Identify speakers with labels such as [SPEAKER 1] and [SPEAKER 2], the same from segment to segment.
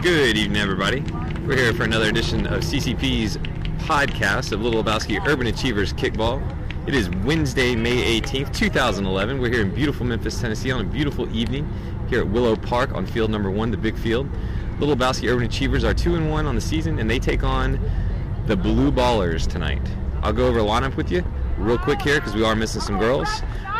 [SPEAKER 1] Good evening, everybody. We're here for another edition of CCP's podcast of Little Lebowski Urban Achievers Kickball. It is Wednesday, May 18th, 2011. We're here in beautiful Memphis, Tennessee on a beautiful evening here at Willow Park on field number one, the big field. Little Lebowski Urban Achievers are 2 and 1 on the season, and they take on the Blue Ballers tonight. I'll go over a lineup with you real quick here because we are missing some girls.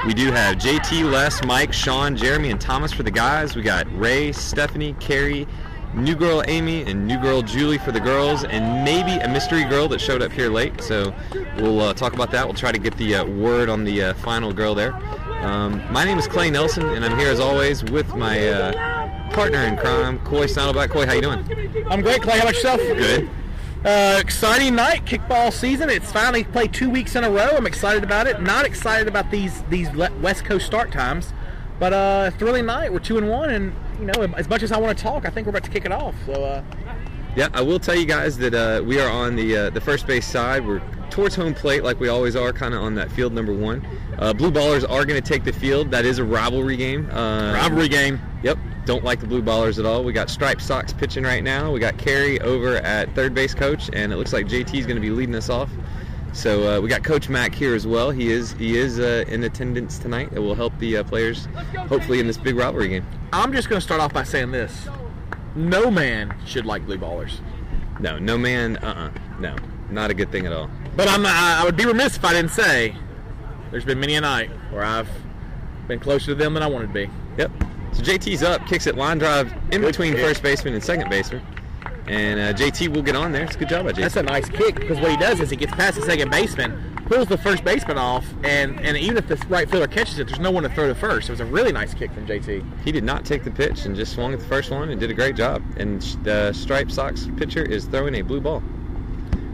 [SPEAKER 1] We do have JT, Les, Mike, Sean, Jeremy, and Thomas for the guys. We got Ray, Stephanie, Carrie, new girl Amy, and new girl Julie for the girls, and maybe a mystery girl that showed up here late. So we'll uh, talk about that. We'll try to get the uh, word on the uh, final girl there. Um, my name is Clay Nelson, and I'm here as always with my uh, partner in crime, Coy Saddleback. Coy, how you doing?
[SPEAKER 2] I'm great, Clay. How about yourself?
[SPEAKER 1] Good.
[SPEAKER 2] Uh, exciting night, kickball season. It's finally played two weeks in a row. I'm excited about it. Not excited about these these le- West Coast start times, but uh, thrilling night. We're two and one, and you know, as much as I want to talk, I think we're about to kick it off. So, uh,
[SPEAKER 1] Yeah, I will tell you guys that uh, we are on the uh, the first base side. We're towards home plate, like we always are, kind of on that field number one. Uh, blue Ballers are going to take the field. That is a rivalry game. Uh,
[SPEAKER 2] rivalry game.
[SPEAKER 1] Yep. Don't like the Blue Ballers at all. We got Striped Sox pitching right now. We got Carey over at third base coach, and it looks like JT is going to be leading us off. So uh, we got Coach Mack here as well. He is he is uh, in attendance tonight. It will help the uh, players, hopefully, in this big rivalry game.
[SPEAKER 2] I'm just going to start off by saying this: no man should like blue ballers.
[SPEAKER 1] No, no man. Uh, uh no, not a good thing at all.
[SPEAKER 2] But I'm I, I would be remiss if I didn't say there's been many a night where I've been closer to them than I wanted to be.
[SPEAKER 1] Yep. So JT's up, kicks it line drive in between
[SPEAKER 2] kick.
[SPEAKER 1] first baseman and second baseman, and uh, JT will get on there. It's a good job by JT.
[SPEAKER 2] That's a nice kick because what he does is he gets past the second baseman, pulls the first baseman off, and, and even if the right fielder catches it, there's no one to throw to first. It was a really nice kick from JT.
[SPEAKER 1] He did not take the pitch and just swung at the first one and did a great job. And the striped Sox pitcher is throwing a blue ball.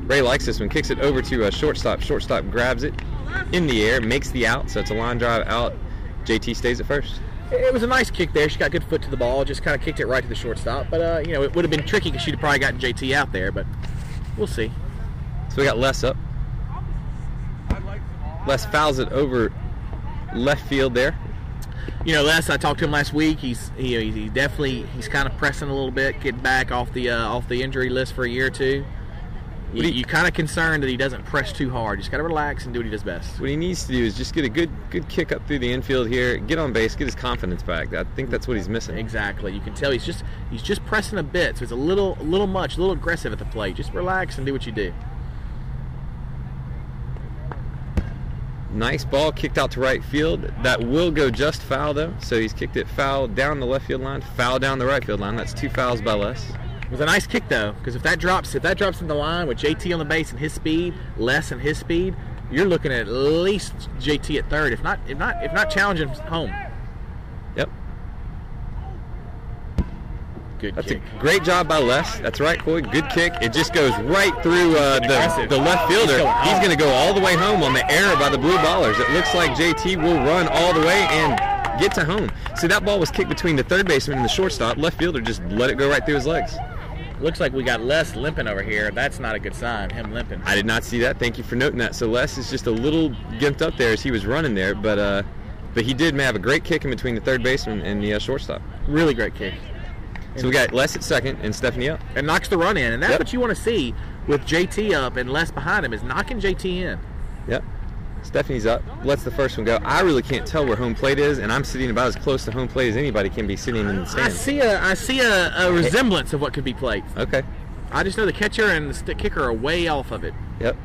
[SPEAKER 1] Ray likes this one, kicks it over to a shortstop. Shortstop grabs it in the air, makes the out, so it's a line drive out. JT stays at first.
[SPEAKER 2] It it was a nice kick there. She got good foot to the ball, just kind of kicked it right to the shortstop. But uh, you know, it would have been tricky because she'd have probably gotten JT out there. But we'll see.
[SPEAKER 1] So we got Les up. Les fouls it over left field there.
[SPEAKER 2] You know, Les, I talked to him last week. He's he, he's he definitely he's kind of pressing a little bit, getting back off the uh, off the injury list for a year or two. You,
[SPEAKER 1] What do you-
[SPEAKER 2] you kind of concerned that he doesn't press too hard. Just got to relax and do what he does best.
[SPEAKER 1] What he needs to do is just get a good good kick up through the infield here, get on base, get his confidence back. I think that's what he's missing.
[SPEAKER 2] Exactly. You can tell he's just he's just pressing a bit, so it's a little a little much, a little aggressive at the plate. Just relax and do what you do.
[SPEAKER 1] Nice ball kicked out to right field. That will go just foul though. So he's kicked it foul down the left field line, foul down the right field line. That's two fouls by Les.
[SPEAKER 2] It was a nice kick though, because if that drops if that drops in the line with JT on the base and his speed, less and his speed, you're looking at at least JT at third, if not if not if not challenging home.
[SPEAKER 1] Yep.
[SPEAKER 2] Good
[SPEAKER 1] That's
[SPEAKER 2] kick.
[SPEAKER 1] a great job by Les. That's right, Coy. Good kick. It just goes right through uh, the,
[SPEAKER 2] Aggressive.
[SPEAKER 1] the left
[SPEAKER 2] He's
[SPEAKER 1] fielder.
[SPEAKER 2] going home.
[SPEAKER 1] He's going to go all the way home on the error by the Blue Ballers. It looks like JT will run all the way and get to home. See, that ball was kicked between the third baseman and the shortstop. Left fielder just let it go right through his legs.
[SPEAKER 2] Looks like we got Les limping over here. That's not a good sign. Him limping.
[SPEAKER 1] I did not see that. Thank you for noting that. So Les is just a little gimped up there as he was running there, but uh, but he did have a great kick in between the third baseman and the uh, shortstop.
[SPEAKER 2] Really great kick.
[SPEAKER 1] So we got Les at second and Stephanie up.
[SPEAKER 2] And knocks the run in, and that's
[SPEAKER 1] Yep.
[SPEAKER 2] what you want to see with JT up and Les behind him is knocking JT in.
[SPEAKER 1] Yep. Stephanie's up. Lets the first one go. I really can't tell where home plate is, and I'm sitting about as close to home plate as anybody can be sitting in the
[SPEAKER 2] I
[SPEAKER 1] stands.
[SPEAKER 2] see a I see a, a resemblance of what could be played.
[SPEAKER 1] Okay.
[SPEAKER 2] I just know the catcher and the stick kicker are way off of it.
[SPEAKER 1] Yep.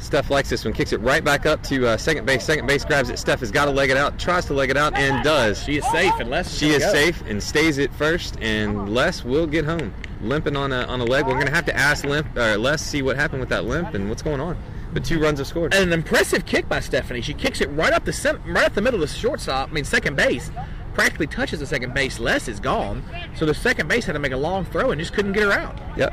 [SPEAKER 1] Steph likes this one. Kicks it right back up to uh, second base. Second base grabs it. Steph has got to leg it out. Tries to leg it out and does.
[SPEAKER 2] She is safe unless
[SPEAKER 1] She is safe and stays at first, and Les will get home, limping on a on a leg. We're gonna have to ask Limp or Les see what happened with that limp and what's going on. But two runs have scored.
[SPEAKER 2] An impressive kick by Stephanie. She kicks it right up the center, right up the middle of the shortstop. I mean second base. Practically touches the second base. Les is gone, so the second base had to make a long throw and just couldn't get her out.
[SPEAKER 1] Yep.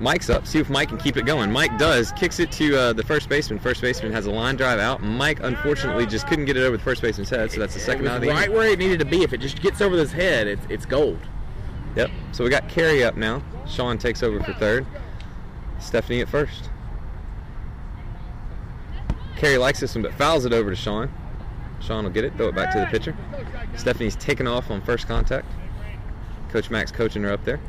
[SPEAKER 1] Mike's up. See if Mike can keep it going. Mike does. Kicks it to uh, the first baseman. First baseman has a line drive out. Mike unfortunately just couldn't get it over the first baseman's head, so that's the
[SPEAKER 2] It
[SPEAKER 1] second
[SPEAKER 2] was
[SPEAKER 1] out of the inning.
[SPEAKER 2] right where it needed to be. If it just gets over his head, it's, it's gold.
[SPEAKER 1] Yep. So we got Carrie up now. Sean takes over for third. Stephanie at first. Carrie likes this one, but fouls it over to Sean. Sean will get it, throw it back to the pitcher. Stephanie's taken off on first contact. Coach Max coaching her up there.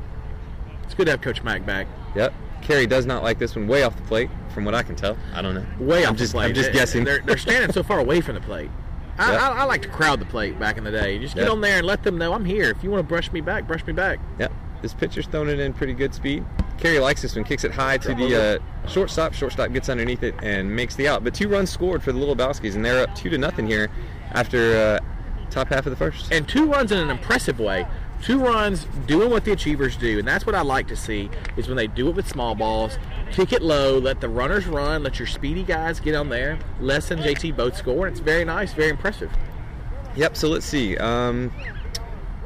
[SPEAKER 2] It's good to have Coach Mac back.
[SPEAKER 1] Yep. Carrie does not like this one. Way off the plate, from what I can tell. I don't know.
[SPEAKER 2] Way
[SPEAKER 1] I'm
[SPEAKER 2] off
[SPEAKER 1] just,
[SPEAKER 2] the plate.
[SPEAKER 1] I'm just
[SPEAKER 2] They-
[SPEAKER 1] guessing.
[SPEAKER 2] They're, they're standing so far away from the plate. I,
[SPEAKER 1] Yeah.
[SPEAKER 2] I, I like to crowd the plate back in the day. Just get
[SPEAKER 1] Yeah.
[SPEAKER 2] on there and let them know I'm here. If you want to brush me back, brush me back.
[SPEAKER 1] Yep. This pitcher's throwing it in pretty good speed. Carey likes this one, kicks it high to the uh, shortstop. Shortstop gets underneath it and makes the out. But two runs scored for the Little Bowskis, and they're up two to nothing here after uh, top half of the first.
[SPEAKER 2] and two runs in an impressive way. Two runs doing what the achievers do, and that's what I like to see is when they do it with small balls, kick it low, let the runners run, let your speedy guys get on there. Les and JT both score, and it's very nice, very impressive.
[SPEAKER 1] Yep. So let's see. Um,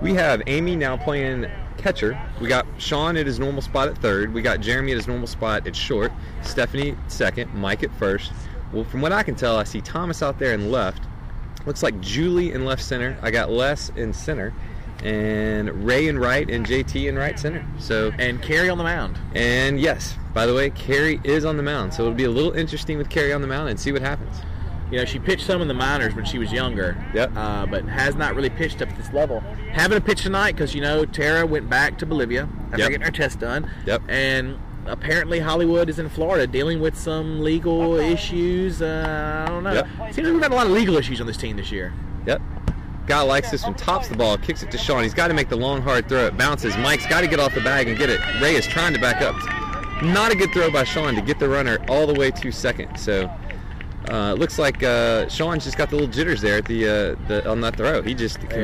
[SPEAKER 1] we have Amy now playing catcher. We got Sean at his normal spot at third. We got Jeremy at his normal spot at short. Stephanie second. Mike at first. Well, from what I can tell, I see Thomas out there in left. Looks like Julie in left center. I got Les in center, and Ray in right, and JT in right center. So
[SPEAKER 2] And carry on the mound.
[SPEAKER 1] and yes, by the way, Carrie is on the mound. So it'll be a little interesting with Carrie on the mound and see what happens.
[SPEAKER 2] You know, she pitched some in the minors when she was younger,
[SPEAKER 1] Yep.
[SPEAKER 2] uh, but has not really pitched up at this level. Having a pitch tonight because, you know, Tara went back to Bolivia after
[SPEAKER 1] Yep.
[SPEAKER 2] getting her test done.
[SPEAKER 1] Yep.
[SPEAKER 2] And apparently Hollywood is in Florida dealing with some legal issues. Uh, I don't know.
[SPEAKER 1] Yep.
[SPEAKER 2] Seems like we've got a lot of legal issues on this team this year.
[SPEAKER 1] Yep. Guy likes this one. Tops the ball, kicks it to Sean. He's got to make the long, hard throw. It bounces. Mike's got to get off the bag and get it. Ray is trying to back up. Not a good throw by Sean to get the runner all the way to second. So uh, it looks like uh, Sean's just got the little jitters there at the, uh, the on that throw. He just completely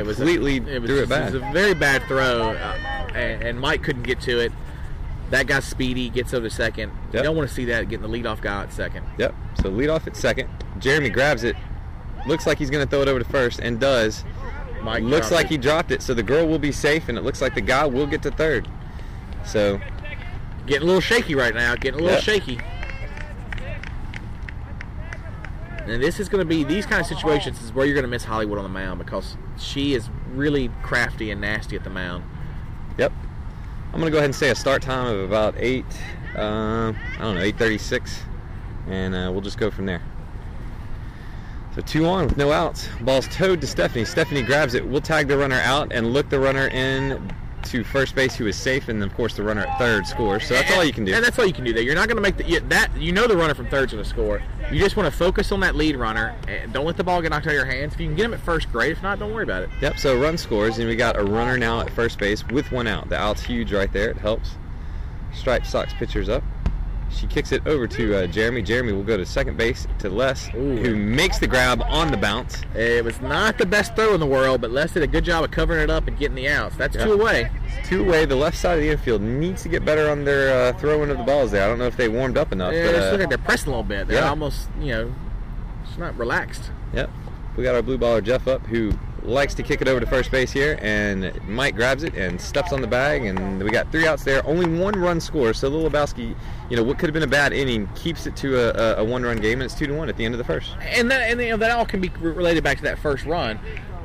[SPEAKER 2] it was a, it was,
[SPEAKER 1] threw it
[SPEAKER 2] just-
[SPEAKER 1] back.
[SPEAKER 2] was a very bad throw, uh, and, and Mike couldn't get to it. That guy's speedy, gets over to second. You
[SPEAKER 1] Yep.
[SPEAKER 2] don't want to see that getting the leadoff guy at second.
[SPEAKER 1] Yep. So lead off at second. Jeremy grabs it. Looks like he's going to throw it over to first and does.
[SPEAKER 2] Mike
[SPEAKER 1] looks
[SPEAKER 2] dropped
[SPEAKER 1] like
[SPEAKER 2] it.
[SPEAKER 1] he dropped it. So the girl will be safe, and it looks like the guy will get to third. So
[SPEAKER 2] Getting a little shaky right now. Getting a little
[SPEAKER 1] Yep.
[SPEAKER 2] shaky. And this is going to be these kind of situations is where you're going to miss Hollywood on the mound because she is really crafty and nasty at the mound.
[SPEAKER 1] Yep. I'm gonna go ahead and say a start time of about eight. Um, I don't know, 8:36, and uh, we'll just go from there. So two on with no outs. Ball's towed to Stephanie. Stephanie grabs it. We'll tag the runner out and look the runner in to first base, who is safe, and then of course the runner at third scores. So that's all you can do.
[SPEAKER 2] And that's all you can do there. You're not going to make the, you, that. You know the runner from third's going to score. You just want to focus on that lead runner. And don't let the ball get knocked out of your hands. If you can get him at first, great. If not, don't worry about it.
[SPEAKER 1] Yep. So run scores, and we got a runner now at first base with one out. The out's huge right there. It helps. Striped Sox pitchers up. She kicks it over to uh, Jeremy. Jeremy will go to second base to Les,
[SPEAKER 2] Ooh.
[SPEAKER 1] who makes the grab on the bounce.
[SPEAKER 2] It was not the best throw in the world, but Les did a good job of covering it up and getting the outs. That's
[SPEAKER 1] Yeah.
[SPEAKER 2] two away.
[SPEAKER 1] Two away. The left side of the infield needs to get better on their uh, throwing of the balls there. I don't know if they warmed up enough.
[SPEAKER 2] Yeah, it's
[SPEAKER 1] but,
[SPEAKER 2] looking
[SPEAKER 1] uh,
[SPEAKER 2] like they're pressing a little bit. They're
[SPEAKER 1] yeah.
[SPEAKER 2] almost, you know, it's not relaxed.
[SPEAKER 1] yep. We got our blue baller Jeff up, who likes to kick it over to first base here, and Mike grabs it and steps on the bag, and we got three outs there. Only one run score, so Lil Lebowski, you know, what could have been a bad inning, keeps it to a, a, a one-run game, and it's two to one at the end of the first.
[SPEAKER 2] And that, and you know, that all can be related back to that first run.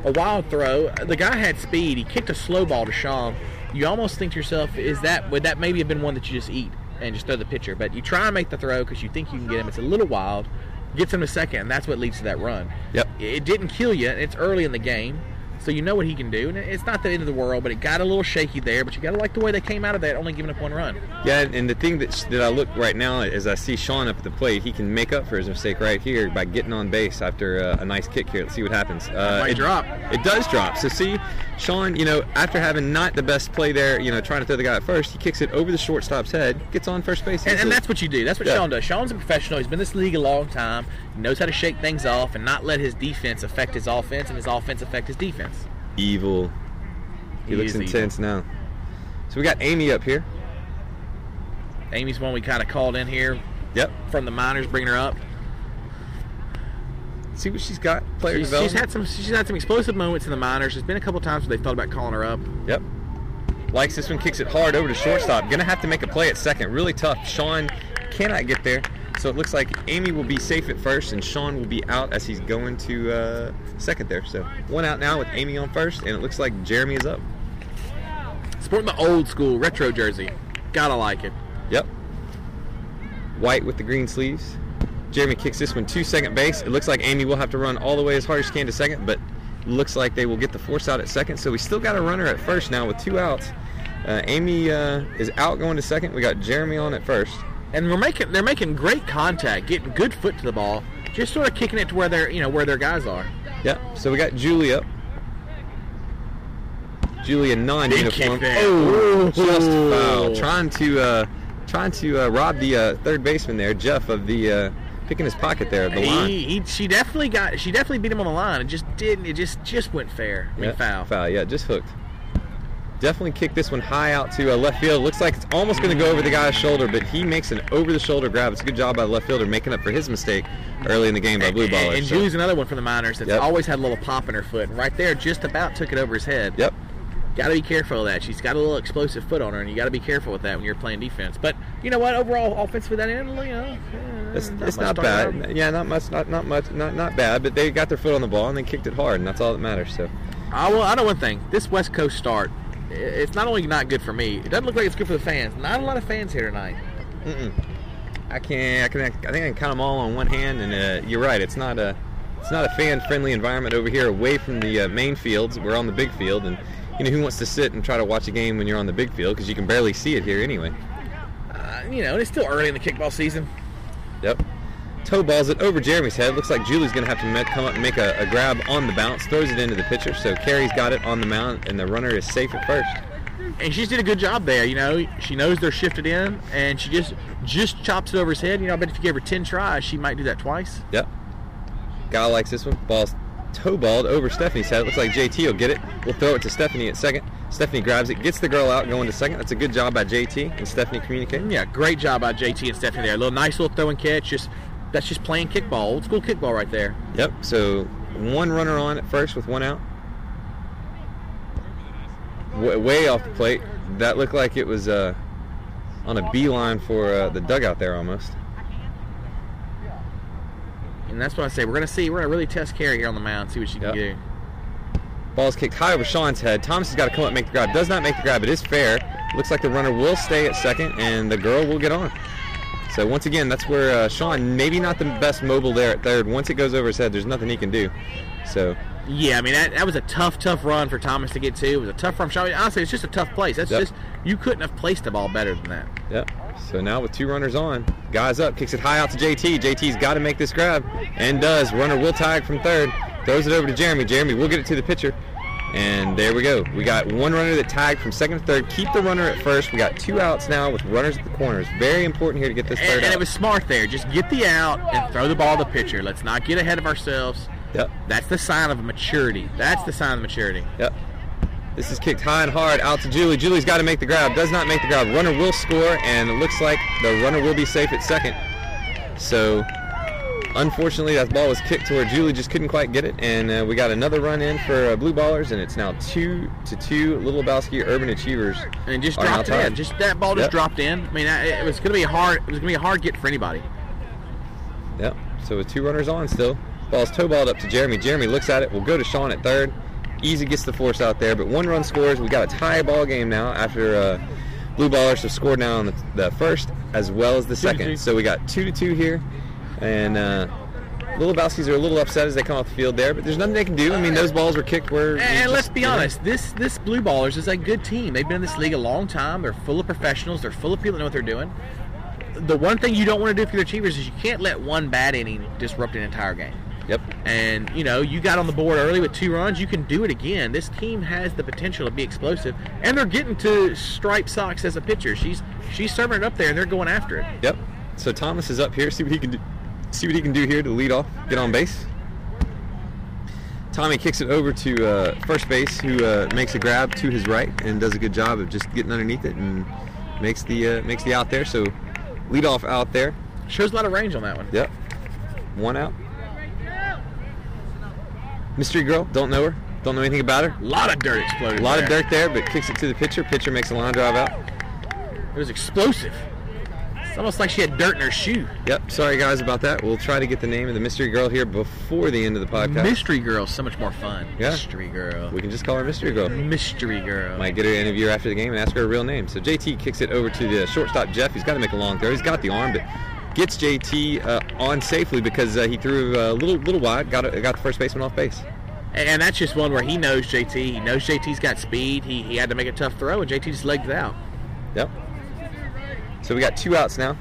[SPEAKER 2] A wild throw. The guy had speed. He kicked a slow ball to Sean. You almost think to yourself, is that would that maybe have been one that you just eat and just throw the pitcher? But you try and make the throw because you think you can get him. It's a little wild. Gets him to second, and that's what leads to that run.
[SPEAKER 1] Yep.
[SPEAKER 2] It didn't kill you. It's early in the game, so you know what he can do. And it's not the end of the world, but it got a little shaky there. But you got to like the way they came out of that, only giving up one run.
[SPEAKER 1] Yeah, and, and the thing that, that I look right now is I see Sean up at the plate. He can make up for his mistake right here by getting on base after uh, a nice kick here. Let's see what happens. Uh,
[SPEAKER 2] Might
[SPEAKER 1] it,
[SPEAKER 2] drop.
[SPEAKER 1] It does drop. So see, Sean, you know, after having not the best play there, you know, trying to throw the guy at first, he kicks it over the shortstop's head, gets on first base.
[SPEAKER 2] And,
[SPEAKER 1] easily.
[SPEAKER 2] and that's what you do. That's what
[SPEAKER 1] Yeah.
[SPEAKER 2] Sean does. Sean's a professional. He's been in this league a long time. He knows how to shake things off and not let his defense affect his offense and his offense affect his defense.
[SPEAKER 1] evil. He,
[SPEAKER 2] He
[SPEAKER 1] looks
[SPEAKER 2] is evil.
[SPEAKER 1] intense now. So we got Amy up here.
[SPEAKER 2] Amy's one we kind of called in here
[SPEAKER 1] Yep.
[SPEAKER 2] from the minors, bringing her up.
[SPEAKER 1] See what she's got. Player
[SPEAKER 2] She's, she's
[SPEAKER 1] development.
[SPEAKER 2] had some. She's had some explosive moments in the minors. There's been a couple times where they've thought about calling her up.
[SPEAKER 1] Yep. Likes this one, kicks it hard over to shortstop. Gonna have to make a play at second. Really tough. Sean cannot get there. So it looks like Amy will be safe at first, and Sean will be out as he's going to uh, second there. So one out now with Amy on first, and it looks like Jeremy is up.
[SPEAKER 2] Sporting the old school retro jersey, gotta like it.
[SPEAKER 1] Yep. White with the green sleeves. Jeremy kicks this one to second base. It looks like Amy will have to run all the way as hard as she can to second, but Looks like they will get the force out at second. So we still got a runner at first now with two outs. Uh, Amy uh, is out going to second. We got Jeremy on at first.
[SPEAKER 2] and we're making they're making great contact, getting good foot to the ball, just sort of kicking it to where they're you know where their guys are.
[SPEAKER 1] Yep. So we got Julie up. Julia non uniform.
[SPEAKER 2] kick there.
[SPEAKER 1] Oh, just
[SPEAKER 2] Ooh.
[SPEAKER 1] foul. Trying to uh, trying to uh, rob the uh, third baseman there, Jeff, of the uh, picking his pocket there of the line.
[SPEAKER 2] He, he, she definitely got she definitely beat him on the line. It just didn't. It just just went fair. I mean,
[SPEAKER 1] Yeah,
[SPEAKER 2] foul.
[SPEAKER 1] Foul. Yeah, just hooked. Definitely kicked this one high out to uh, left field. Looks like it's almost going to go over the guy's shoulder, but he makes an over-the-shoulder grab. It's a good job by the left fielder making up for his mistake early in the game by blue
[SPEAKER 2] And-
[SPEAKER 1] baller.
[SPEAKER 2] And,
[SPEAKER 1] So-
[SPEAKER 2] Julie's another one from the minors that's
[SPEAKER 1] Yep.
[SPEAKER 2] always had a little pop in her foot. And right there, just about took it over his head.
[SPEAKER 1] Yep.
[SPEAKER 2] Got to be careful of that. She's got a little explosive foot on her, and you got to be careful with that when you're playing defense. But you know what? Overall, offensively, that end, you know, eh,
[SPEAKER 1] It's, it's
[SPEAKER 2] much
[SPEAKER 1] not
[SPEAKER 2] to talk
[SPEAKER 1] bad.
[SPEAKER 2] about.
[SPEAKER 1] Yeah, not much. Not not much. Not not bad. But they got their foot on the ball and they kicked it hard, and that's all that matters. So
[SPEAKER 2] I will. I know one thing. This West Coast start, i- it's not only not good for me. It doesn't look like it's good for the fans. Not a lot of fans here tonight.
[SPEAKER 1] I can I can I think I can count them all on one hand. And uh, you're right. It's not a it's not a fan-friendly environment over here, away from the uh, main fields. We're on the big field, and you know who wants to sit and try to watch a game when you're on the big field because you can barely see it here anyway.
[SPEAKER 2] Uh, you know, it's still early in the kickball season.
[SPEAKER 1] Yep. Toe balls it over Jeremy's head. Looks like Julie's going to have to ma- come up and make a, a grab on the bounce. Throws it into the pitcher. So Carrie's got it on the mound, and the runner is safe at first.
[SPEAKER 2] and she just did a good job there. You know, she knows they're shifted in, and she just just chops it over his head. You know, I bet if you gave her ten tries, she might do that twice.
[SPEAKER 1] Yep. Guy likes this one. Ball's toe balled over Stephanie's head. Looks like JT will get it. We'll throw it to Stephanie at second. Stephanie grabs it, gets the girl out, going to second. That's a good job by JT and Stephanie communicating.
[SPEAKER 2] Yeah, great job by JT and Stephanie there. A little nice little throw and catch. Just that's just playing kickball, old school kickball right there.
[SPEAKER 1] Yep. So one runner on at first with one out. W- way off the plate. That looked like it was uh, on a beeline for uh, the dugout there almost.
[SPEAKER 2] And that's what I say. We're gonna see. We're gonna really test Carrie here on the mound, see what she
[SPEAKER 1] Yep.
[SPEAKER 2] can do.
[SPEAKER 1] Ball's kicked high over Sean's head. Thomas has got to come up and make the grab. Does not make the grab. It is fair. Looks like the runner will stay at second, and the girl will get on. So once again, that's where uh, Sean, maybe not the best mobile there at third. Once it goes over his head, there's nothing he can do. So
[SPEAKER 2] Yeah, I mean that, that was a tough, tough run for Thomas to get to. It was a tough run shot. I mean, honestly, it's just a tough place. That's
[SPEAKER 1] Yep.
[SPEAKER 2] just you couldn't have placed the ball better than that.
[SPEAKER 1] Yep. So now with two runners on, guys up, kicks it high out to JT. JT's got to make this grab and does. Runner will tag from third, throws it over to Jeremy. Jeremy will get it to the pitcher. And there we go. We got one runner that tagged from second to third. Keep the runner at first. We got two outs now with runners at the corners. Very important here to get this
[SPEAKER 2] And,
[SPEAKER 1] third
[SPEAKER 2] and
[SPEAKER 1] out.
[SPEAKER 2] it was smart there. Just get the out and throw the ball to the pitcher. Let's not get ahead of ourselves.
[SPEAKER 1] yep.
[SPEAKER 2] That's the sign of maturity. That's the sign of maturity.
[SPEAKER 1] Yep. This is kicked high and hard out to Julie. Julie's got to make the grab. Does not make the grab. Runner will score, and it looks like the runner will be safe at second. So, unfortunately, that ball was kicked to where Julie just couldn't quite get it, and uh, we got another run in for uh, Blue Ballers, and it's now two to two. Little Lebowski Urban Achievers.
[SPEAKER 2] And it just
[SPEAKER 1] are now
[SPEAKER 2] dropped it
[SPEAKER 1] tied.
[SPEAKER 2] in. Just that ball just
[SPEAKER 1] Yep.
[SPEAKER 2] dropped in. I mean, I- it was gonna be a hard. It was gonna be a hard get for anybody.
[SPEAKER 1] Yep. So with two runners on still, ball's toe balled up to Jeremy. Jeremy looks at it. We'll go to Sean at third. Easy gets the force out there, but one run scores. We got a tie ball game now after uh, blue ballers have scored now on the, the first as well as the second.
[SPEAKER 2] two.
[SPEAKER 1] So we got two to two here, and. Uh, Little Bowskis are a little upset as they come off the field there, but there's nothing they can do. I mean, those balls were kicked where.
[SPEAKER 2] And, and let's be honest, this this Blue Ballers is a good team. They've been in this league a long time. They're full of professionals. They're full of people that know what they're doing. The one thing you don't want to do if you're achievers is you can't let one bad inning disrupt an entire game.
[SPEAKER 1] Yep.
[SPEAKER 2] And you know, you got on the board early with two runs. You can do it again. This team has the potential to be explosive, and they're getting to Stripe Sox as a pitcher. She's she's serving it up there, and they're going after it.
[SPEAKER 1] Yep. So Thomas is up here. See what he can do. See what he can do here to lead off. Get on base. Tommy kicks it over to uh, first base, who uh, makes a grab to his right and does a good job of just getting underneath it and makes the uh, makes the out there. So lead off out there.
[SPEAKER 2] Shows a lot of range on that one.
[SPEAKER 1] Yep. One out. Mystery girl. Don't know her. Don't know anything about her.
[SPEAKER 2] A lot of dirt exploded.
[SPEAKER 1] A lot of
[SPEAKER 2] there.
[SPEAKER 1] dirt there, but kicks it to the pitcher. Pitcher makes a line drive out.
[SPEAKER 2] It was explosive. It's almost like she had dirt in her shoe.
[SPEAKER 1] Yep. Sorry guys about that. We'll try to get the name of the mystery girl here before the end of the podcast.
[SPEAKER 2] Mystery girl, so much more fun.
[SPEAKER 1] Yeah.
[SPEAKER 2] Mystery girl.
[SPEAKER 1] We can just call her Mystery Girl.
[SPEAKER 2] Mystery girl.
[SPEAKER 1] Might get her interview after the game and ask her her real name. So JT kicks it over to the shortstop Jeff. He's got to make a long throw. He's got the arm, but gets uh, JT uh, on safely because uh, he threw a little little wide. Got a, got the first baseman off base.
[SPEAKER 2] And, and that's just one where he knows JT. He knows JT's got speed. He, he had to make a tough throw, and JT just legged it out.
[SPEAKER 1] Yep. So we got two outs now.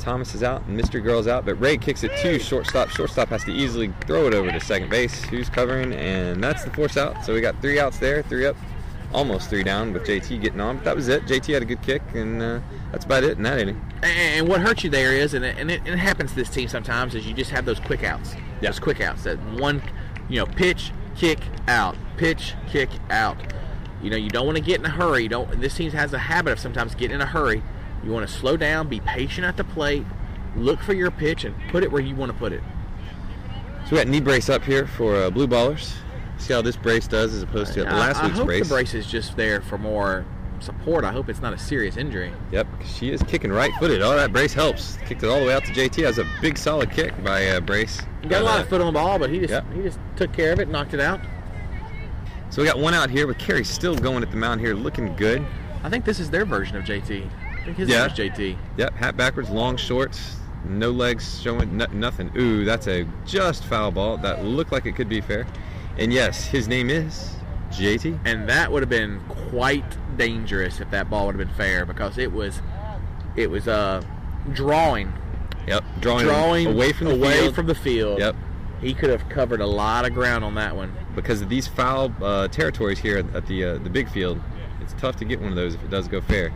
[SPEAKER 1] Thomas is out and Mr. Girl's out, but Ray kicks it to shortstop. Shortstop has to easily throw it over to second base, who's covering, and that's the force out. So we got three outs there, three up, almost three down with JT getting on. But that was it. JT had a good kick, and uh, that's about it in that inning.
[SPEAKER 2] And what hurts you there is, and it, and it, it happens to this team sometimes, is you just have those quick outs.
[SPEAKER 1] Yeah.
[SPEAKER 2] Those quick outs. That one, you know, pitch, kick, out. Pitch, kick, out. You know, you don't want to get in a hurry. You don't. This team has a habit of sometimes getting in a hurry. You want to slow down, be patient at the plate, look for your pitch, and put it where you want to put it.
[SPEAKER 1] So we got knee brace up here for uh, Blue Ballers. See how this brace does as opposed to
[SPEAKER 2] I-
[SPEAKER 1] last
[SPEAKER 2] I,
[SPEAKER 1] week's
[SPEAKER 2] hope
[SPEAKER 1] brace.
[SPEAKER 2] the brace is just there for more support. I hope it's not a serious injury.
[SPEAKER 1] Yep, she is kicking right footed. Oh, that brace helps. Kicked it all the way out to JT. That was a big solid kick by uh, Brace.
[SPEAKER 2] Got a lot of foot on the ball, but he just
[SPEAKER 1] Yeah.
[SPEAKER 2] he just took care of it, knocked it out.
[SPEAKER 1] So we got one out here, but Carrie's still going at the mound here, looking good.
[SPEAKER 2] I think this is their version of JT. I think his
[SPEAKER 1] Yeah.
[SPEAKER 2] name is JT.
[SPEAKER 1] Yep, hat backwards, long shorts, no legs showing, n- nothing. Ooh, that's a just foul ball. That looked like it could be fair. And yes, his name is JT.
[SPEAKER 2] And that would have been quite dangerous if that ball would have been fair because it was it was uh drawing
[SPEAKER 1] Yep, drawing,
[SPEAKER 2] drawing
[SPEAKER 1] away from the
[SPEAKER 2] away
[SPEAKER 1] field.
[SPEAKER 2] from the field.
[SPEAKER 1] Yep,
[SPEAKER 2] He could have covered a lot of ground on that one.
[SPEAKER 1] because of these foul uh, territories here at at the uh, the big field, it's tough to get one of those if it does go fair.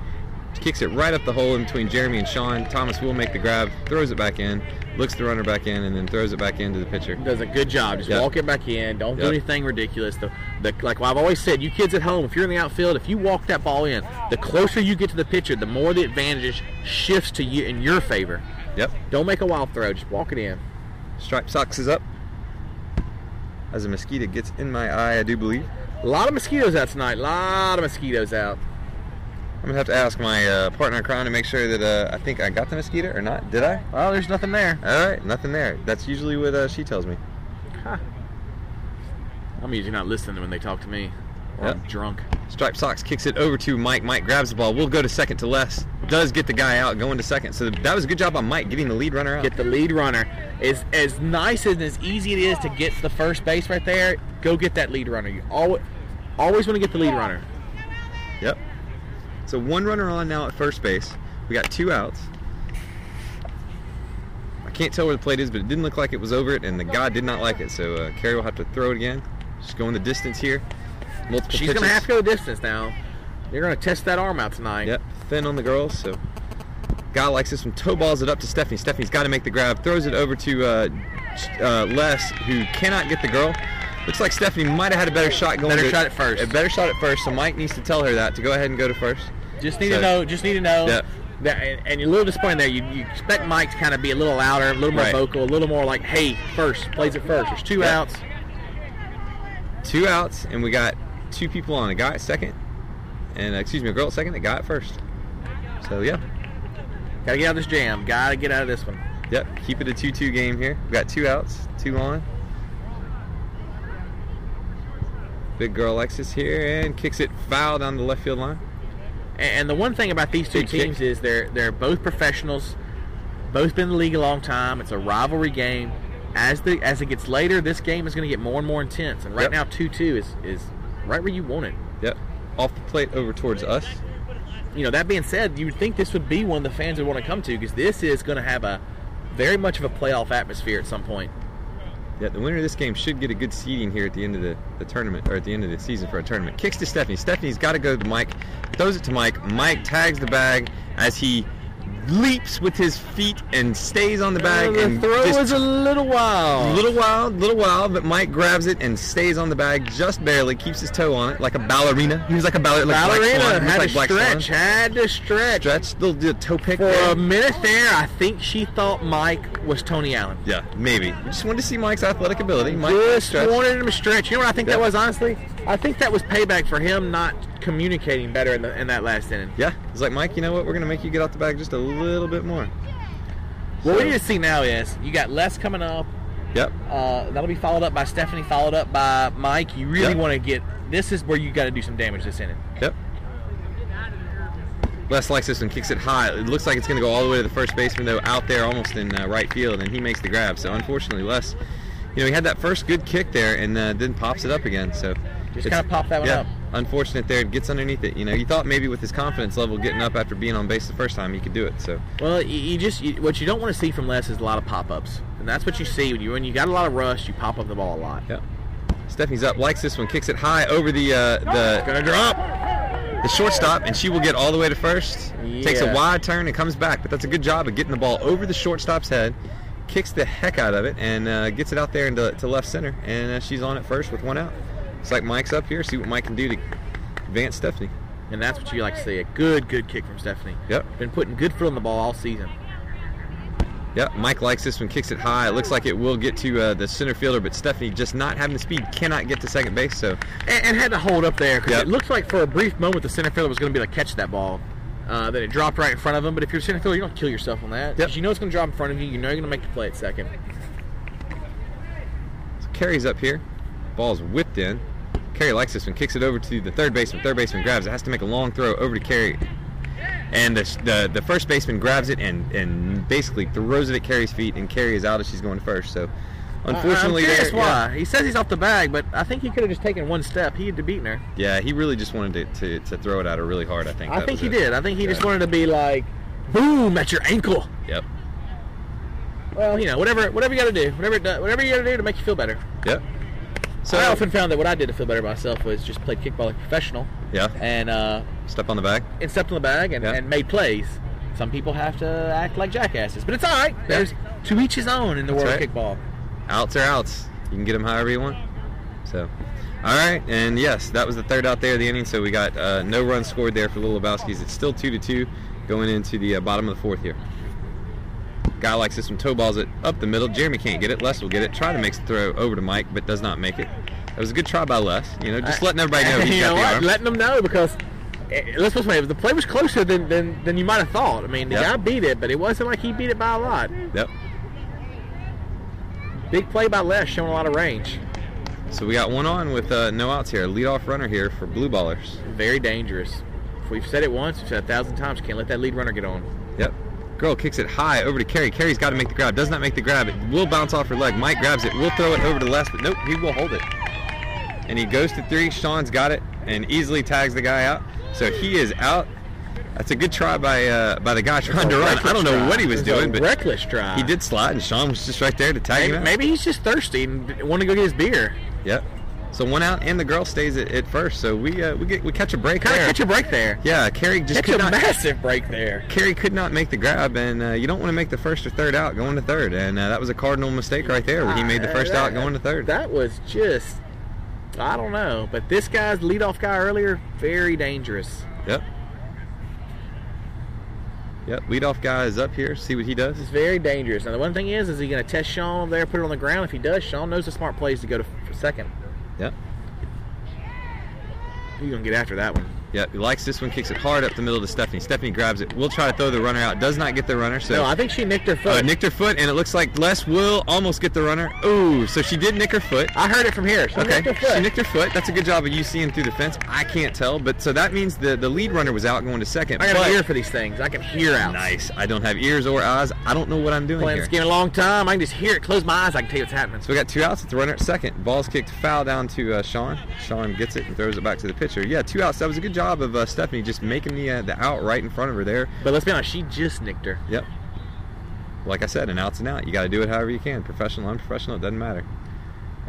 [SPEAKER 1] Kicks it right up the hole in between Jeremy and Sean. Thomas will make the grab, throws it back in, looks the runner back in, and then throws it back into the pitcher.
[SPEAKER 2] Does a good job. Just
[SPEAKER 1] Yep.
[SPEAKER 2] walk it back in. Don't do
[SPEAKER 1] Yep.
[SPEAKER 2] anything ridiculous. The, the like I've always said, you kids at home, if you're in the outfield, if you walk that ball in, the closer you get to the pitcher, the more the advantage shifts to you in your favor.
[SPEAKER 1] Yep,
[SPEAKER 2] Don't make a wild throw. Just walk it in.
[SPEAKER 1] striped socks is up. As a mosquito gets in my eye, I do believe.
[SPEAKER 2] A lot of mosquitoes out tonight. A lot of mosquitoes out.
[SPEAKER 1] I'm gonna have to ask my uh, partner in crime to make sure that uh, I think I got the mosquito or not. Did I?
[SPEAKER 2] Well, there's nothing there.
[SPEAKER 1] All right, nothing there. That's usually what uh, she tells me.
[SPEAKER 2] I'm usually not listening when they talk to me. Or I'm
[SPEAKER 1] Yep.
[SPEAKER 2] drunk.
[SPEAKER 1] Striped Sox kicks it over to Mike. Mike grabs the ball. We'll go to second to Les. Does get the guy out, going to second. So that was a good job on Mike getting the lead runner out.
[SPEAKER 2] Get the lead runner. As as nice and as easy it is to get the first base right there, go get that lead runner. You always always want to get the lead runner.
[SPEAKER 1] Yep. So one runner on now at first base. We got two outs. I can't tell where the plate is, but it didn't look like it was over it, and the guy did not like it. So uh, Carey will have to throw it again. Just going the distance here. Multiple
[SPEAKER 2] She's
[SPEAKER 1] pitches.
[SPEAKER 2] gonna have to go the distance now. They're gonna test that arm out tonight.
[SPEAKER 1] Yep, thin on the girls. So, guy likes this one. Toe balls it up to Stephanie. Stephanie's got to make the grab. Throws it over to uh, uh, Les, who cannot get the girl. Looks like Stephanie might have had a better shot going.
[SPEAKER 2] Better
[SPEAKER 1] to-
[SPEAKER 2] shot at first.
[SPEAKER 1] A better shot at first. So Mike needs to tell her that to go ahead and go to first.
[SPEAKER 2] Just need
[SPEAKER 1] So-
[SPEAKER 2] to know. Just need to know.
[SPEAKER 1] Yep.
[SPEAKER 2] That, and, and you're a little disappointed there. You, you expect Mike to kind of be a little louder, a little more
[SPEAKER 1] Right.
[SPEAKER 2] vocal, a little more like, "Hey, first plays it first. There's two
[SPEAKER 1] Yep.
[SPEAKER 2] outs.
[SPEAKER 1] Two outs, and we got two people on. A guy at second, and uh, excuse me, a girl at second. A guy at first. So yeah,
[SPEAKER 2] Gotta get out of this jam. Gotta get out of this one."
[SPEAKER 1] yep. Keep it a two-two game here. We got two outs, two on. Big girl Alexis here and kicks it foul down the left field line.
[SPEAKER 2] And and the one thing about these two
[SPEAKER 1] Big kick.
[SPEAKER 2] teams is they're they're both professionals, both been in the league a long time. It's a rivalry game. As the as it gets later, this game is going to get more and more intense. And right
[SPEAKER 1] Yep.
[SPEAKER 2] now, two two is is right where you want it.
[SPEAKER 1] Yep. Off the plate over towards us.
[SPEAKER 2] You know that being said, you would think this would be one the fans would want to come to because this is going to have a very much of a playoff atmosphere at some point.
[SPEAKER 1] Yeah, the winner of this game should get a good seeding here at the end of the, the tournament or at the end of the season for a tournament. Kicks to Stephanie. Stephanie's got to go to Mike. Throws it to Mike. Mike tags the bag as he leaps with his feet and stays on the bag and just
[SPEAKER 2] a little wild.
[SPEAKER 1] little wild, little wild, but Mike grabs it and stays on the bag just barely, keeps his toe on it like a ballerina. He was like a baller, like Black
[SPEAKER 2] Ballerina
[SPEAKER 1] Swan. He was
[SPEAKER 2] had
[SPEAKER 1] like
[SPEAKER 2] to
[SPEAKER 1] Black Swan.
[SPEAKER 2] stretch. Had to stretch.
[SPEAKER 1] Stretch, little do a toe pick.
[SPEAKER 2] For
[SPEAKER 1] there.
[SPEAKER 2] a minute there, I think she thought Mike was Tony Allen.
[SPEAKER 1] yeah, maybe. We just wanted to see Mike's athletic ability. Mike
[SPEAKER 2] Just
[SPEAKER 1] stretch.
[SPEAKER 2] wanted him to stretch. You know what I think that
[SPEAKER 1] Yeah.
[SPEAKER 2] was, honestly? I think that was payback for him not communicating better in, the, in that last inning.
[SPEAKER 1] Yeah, it's like Mike. You know what? We're gonna make you get out the bag just a little bit more.
[SPEAKER 2] What we need to see now is you got Les coming up.
[SPEAKER 1] Yep.
[SPEAKER 2] Uh, that'll be followed up by Stephanie, followed up by Mike. You really
[SPEAKER 1] Yeah.
[SPEAKER 2] want to get this is where you got to do some damage this inning.
[SPEAKER 1] Yep. Les likes this one. Kicks it high. It looks like it's gonna go all the way to the first baseman though, out there almost in uh, right field, and he makes the grab. So unfortunately, Les you know, he had that first good kick there and uh, then pops it up again. So
[SPEAKER 3] Just
[SPEAKER 1] it's-
[SPEAKER 3] kinda popped that one
[SPEAKER 1] yeah,
[SPEAKER 3] up.
[SPEAKER 1] Unfortunate there, it gets underneath it. You know, you thought maybe with his confidence level getting up after being on base the first time, he could do it. So
[SPEAKER 2] Well, you, you just you, what you don't want to see from Les is a lot of pop ups, and that's what you see when you when you got a lot of rush, you pop up the ball a lot.
[SPEAKER 1] yeah, Stephanie's up, likes this one, kicks it high over the uh, the
[SPEAKER 2] Gonna drop.
[SPEAKER 1] the shortstop, and she will get all the way to first. Takes a
[SPEAKER 2] Yeah.
[SPEAKER 1] wide turn and comes back, but that's a good job of getting the ball over the shortstop's head. Kicks the heck out of it and uh, gets it out there into to left center, and uh, she's on at first with one out. Looks like Mike's up here. See what Mike can do to advance Stephanie.
[SPEAKER 2] And that's what you like to see. A good, good kick from Stephanie.
[SPEAKER 1] Yep.
[SPEAKER 2] Been putting good foot on the ball all season.
[SPEAKER 1] Yep, Mike likes this one, kicks it high. It looks like it will get to uh, the center fielder, but Stephanie, just not having the speed, cannot get to second base. So,
[SPEAKER 2] And, and had to hold up there because
[SPEAKER 1] Yep.
[SPEAKER 2] it looked like for a brief moment the center fielder was going to be able to catch that ball. Uh, then it dropped right in front of him. But if you're center fielder, you don't kill yourself on that. 'Cause You know it's going to drop in front of you. You know you're going to make the play at second.
[SPEAKER 1] so Carey's up here. Ball's whipped in. Carey likes this one, kicks it over to the third baseman. Third baseman grabs it, has to make a long throw over to Carey. And the, the, the first baseman grabs it and, and basically throws it at Carey's feet, and Carey is out as she's going first. So, unfortunately,
[SPEAKER 2] I- Uh, I'm curious
[SPEAKER 1] there- yeah.
[SPEAKER 2] why he says he's off the bag, but I think he could have just taken one step. He had to beaten her.
[SPEAKER 1] Yeah, he really just wanted to, to, to throw it at her really hard, I think.
[SPEAKER 2] I
[SPEAKER 1] That
[SPEAKER 2] think
[SPEAKER 1] was
[SPEAKER 2] he
[SPEAKER 1] it.
[SPEAKER 2] did. I think he just
[SPEAKER 1] Yeah.
[SPEAKER 2] wanted to be like, boom at your ankle.
[SPEAKER 1] Yep.
[SPEAKER 2] Well, you know, whatever, whatever you got to do, whatever, it do- whatever you got to do to make you feel better.
[SPEAKER 1] Yep. So,
[SPEAKER 2] I often found that what I did to feel better myself was just played kickball like a professional
[SPEAKER 1] yeah,
[SPEAKER 2] and uh,
[SPEAKER 1] step on the bag.
[SPEAKER 2] and stepped on the bag and,
[SPEAKER 1] Yeah.
[SPEAKER 2] and made plays. Some people have to act like jackasses, but it's all right. There's to each his own in the
[SPEAKER 1] That's
[SPEAKER 2] world
[SPEAKER 1] right.
[SPEAKER 2] of kickball.
[SPEAKER 1] outs are outs. You can get them however you want. So, all right, and yes, that was the third out there of the inning. So we got uh, no runs scored there for the Lebowski's. It's still two to two, going into the uh, bottom of the fourth here. Guy likes this one, toe balls it up the middle. Jeremy can't get it. Les will get it. Try to make the throw over to Mike, but does not make it. That was a good try by Les. You know, just letting everybody know he's
[SPEAKER 2] Uh, you
[SPEAKER 1] got
[SPEAKER 2] know
[SPEAKER 1] the
[SPEAKER 2] what?
[SPEAKER 1] arm.
[SPEAKER 2] Letting them know because eh, let's put it this way, the play was closer than than, than you might have thought. I mean, the
[SPEAKER 1] Yep.
[SPEAKER 2] guy beat it, but it wasn't like he beat it by a lot.
[SPEAKER 1] Yep.
[SPEAKER 2] Big play by Les, showing a lot of range.
[SPEAKER 1] So we got one on with uh, no outs here. Lead off runner here for Blue Ballers.
[SPEAKER 2] Very dangerous. If we've said it once, we've said it a thousand times. Can't let that lead runner get on.
[SPEAKER 1] Yep. Girl kicks it high over to Carey. Carey's got to make the grab. Does not make the grab. It will bounce off her leg. Mike grabs it. Will throw it over to Les, but nope, he will hold it. And he goes to three. Sean's got it and easily tags the guy out. So he is out. That's a good try by uh, by the guy trying to run. I don't know what he was
[SPEAKER 2] It was a
[SPEAKER 1] doing, but
[SPEAKER 2] reckless try.
[SPEAKER 1] he did slide, and Sean was just right there to tag him
[SPEAKER 2] Maybe,
[SPEAKER 1] out.
[SPEAKER 2] maybe he's just thirsty and wanted to go get his beer.
[SPEAKER 1] Yep. So one out, and the girl stays at, at first. So we uh, we get we catch a break
[SPEAKER 2] Kind of
[SPEAKER 1] there.
[SPEAKER 2] catch a break there.
[SPEAKER 1] yeah, Carey just
[SPEAKER 2] Catch
[SPEAKER 1] could
[SPEAKER 2] a
[SPEAKER 1] not
[SPEAKER 2] massive break there.
[SPEAKER 1] Carey could not make the grab, and uh, you don't want to make the first or third out going to third, and uh, that was a cardinal mistake right there where he made the
[SPEAKER 2] Uh,
[SPEAKER 1] first
[SPEAKER 2] that-
[SPEAKER 1] out going to third.
[SPEAKER 2] That was just, I don't know. But this guy's leadoff guy earlier, very dangerous.
[SPEAKER 1] Yep. Yep. Leadoff guy is up here. See what he does.
[SPEAKER 2] This is very dangerous. Now the one thing is, is he going to test Sean over there, put it on the ground? If he does, Sean knows the smart plays to go to f- for second.
[SPEAKER 1] Yep.
[SPEAKER 2] He's going to get after that one.
[SPEAKER 1] Yep. He likes this one. Kicks it hard up the middle to Stephanie. Stephanie grabs it. Will try to throw the runner out. Does not get the runner. So.
[SPEAKER 2] No, I think she nicked her
[SPEAKER 1] uh,
[SPEAKER 2] foot.
[SPEAKER 1] nicked her foot, and it looks like Les will almost get the runner. Ooh, so she did nick her foot.
[SPEAKER 2] I heard it from here. She
[SPEAKER 1] Okay,
[SPEAKER 2] nicked her
[SPEAKER 1] she
[SPEAKER 2] foot.
[SPEAKER 1] nicked her foot. That's a good job of you seeing through the fence. I can't tell, but so that means the, the lead runner was out going to second.
[SPEAKER 2] I got
[SPEAKER 1] but-
[SPEAKER 2] an ear for these things. I can hear out.
[SPEAKER 1] Nice. I don't have ears or eyes. I don't know what I'm doing
[SPEAKER 2] Playing
[SPEAKER 1] here.
[SPEAKER 2] this game a long time. I can just hear it. Close my eyes. I can tell you what's happening.
[SPEAKER 1] So we got two outs with the runner at second. Ball's kicked foul down to uh, Sean. Sean gets it and throws it back to the pitcher. Yeah, two outs. That was a good job of uh, Stephanie just making the uh, the out right in front of her there.
[SPEAKER 2] But let's be honest, she just nicked her.
[SPEAKER 1] Yep. Like I said, an out's an out. You got to do it however you can. Professional, unprofessional, it doesn't matter.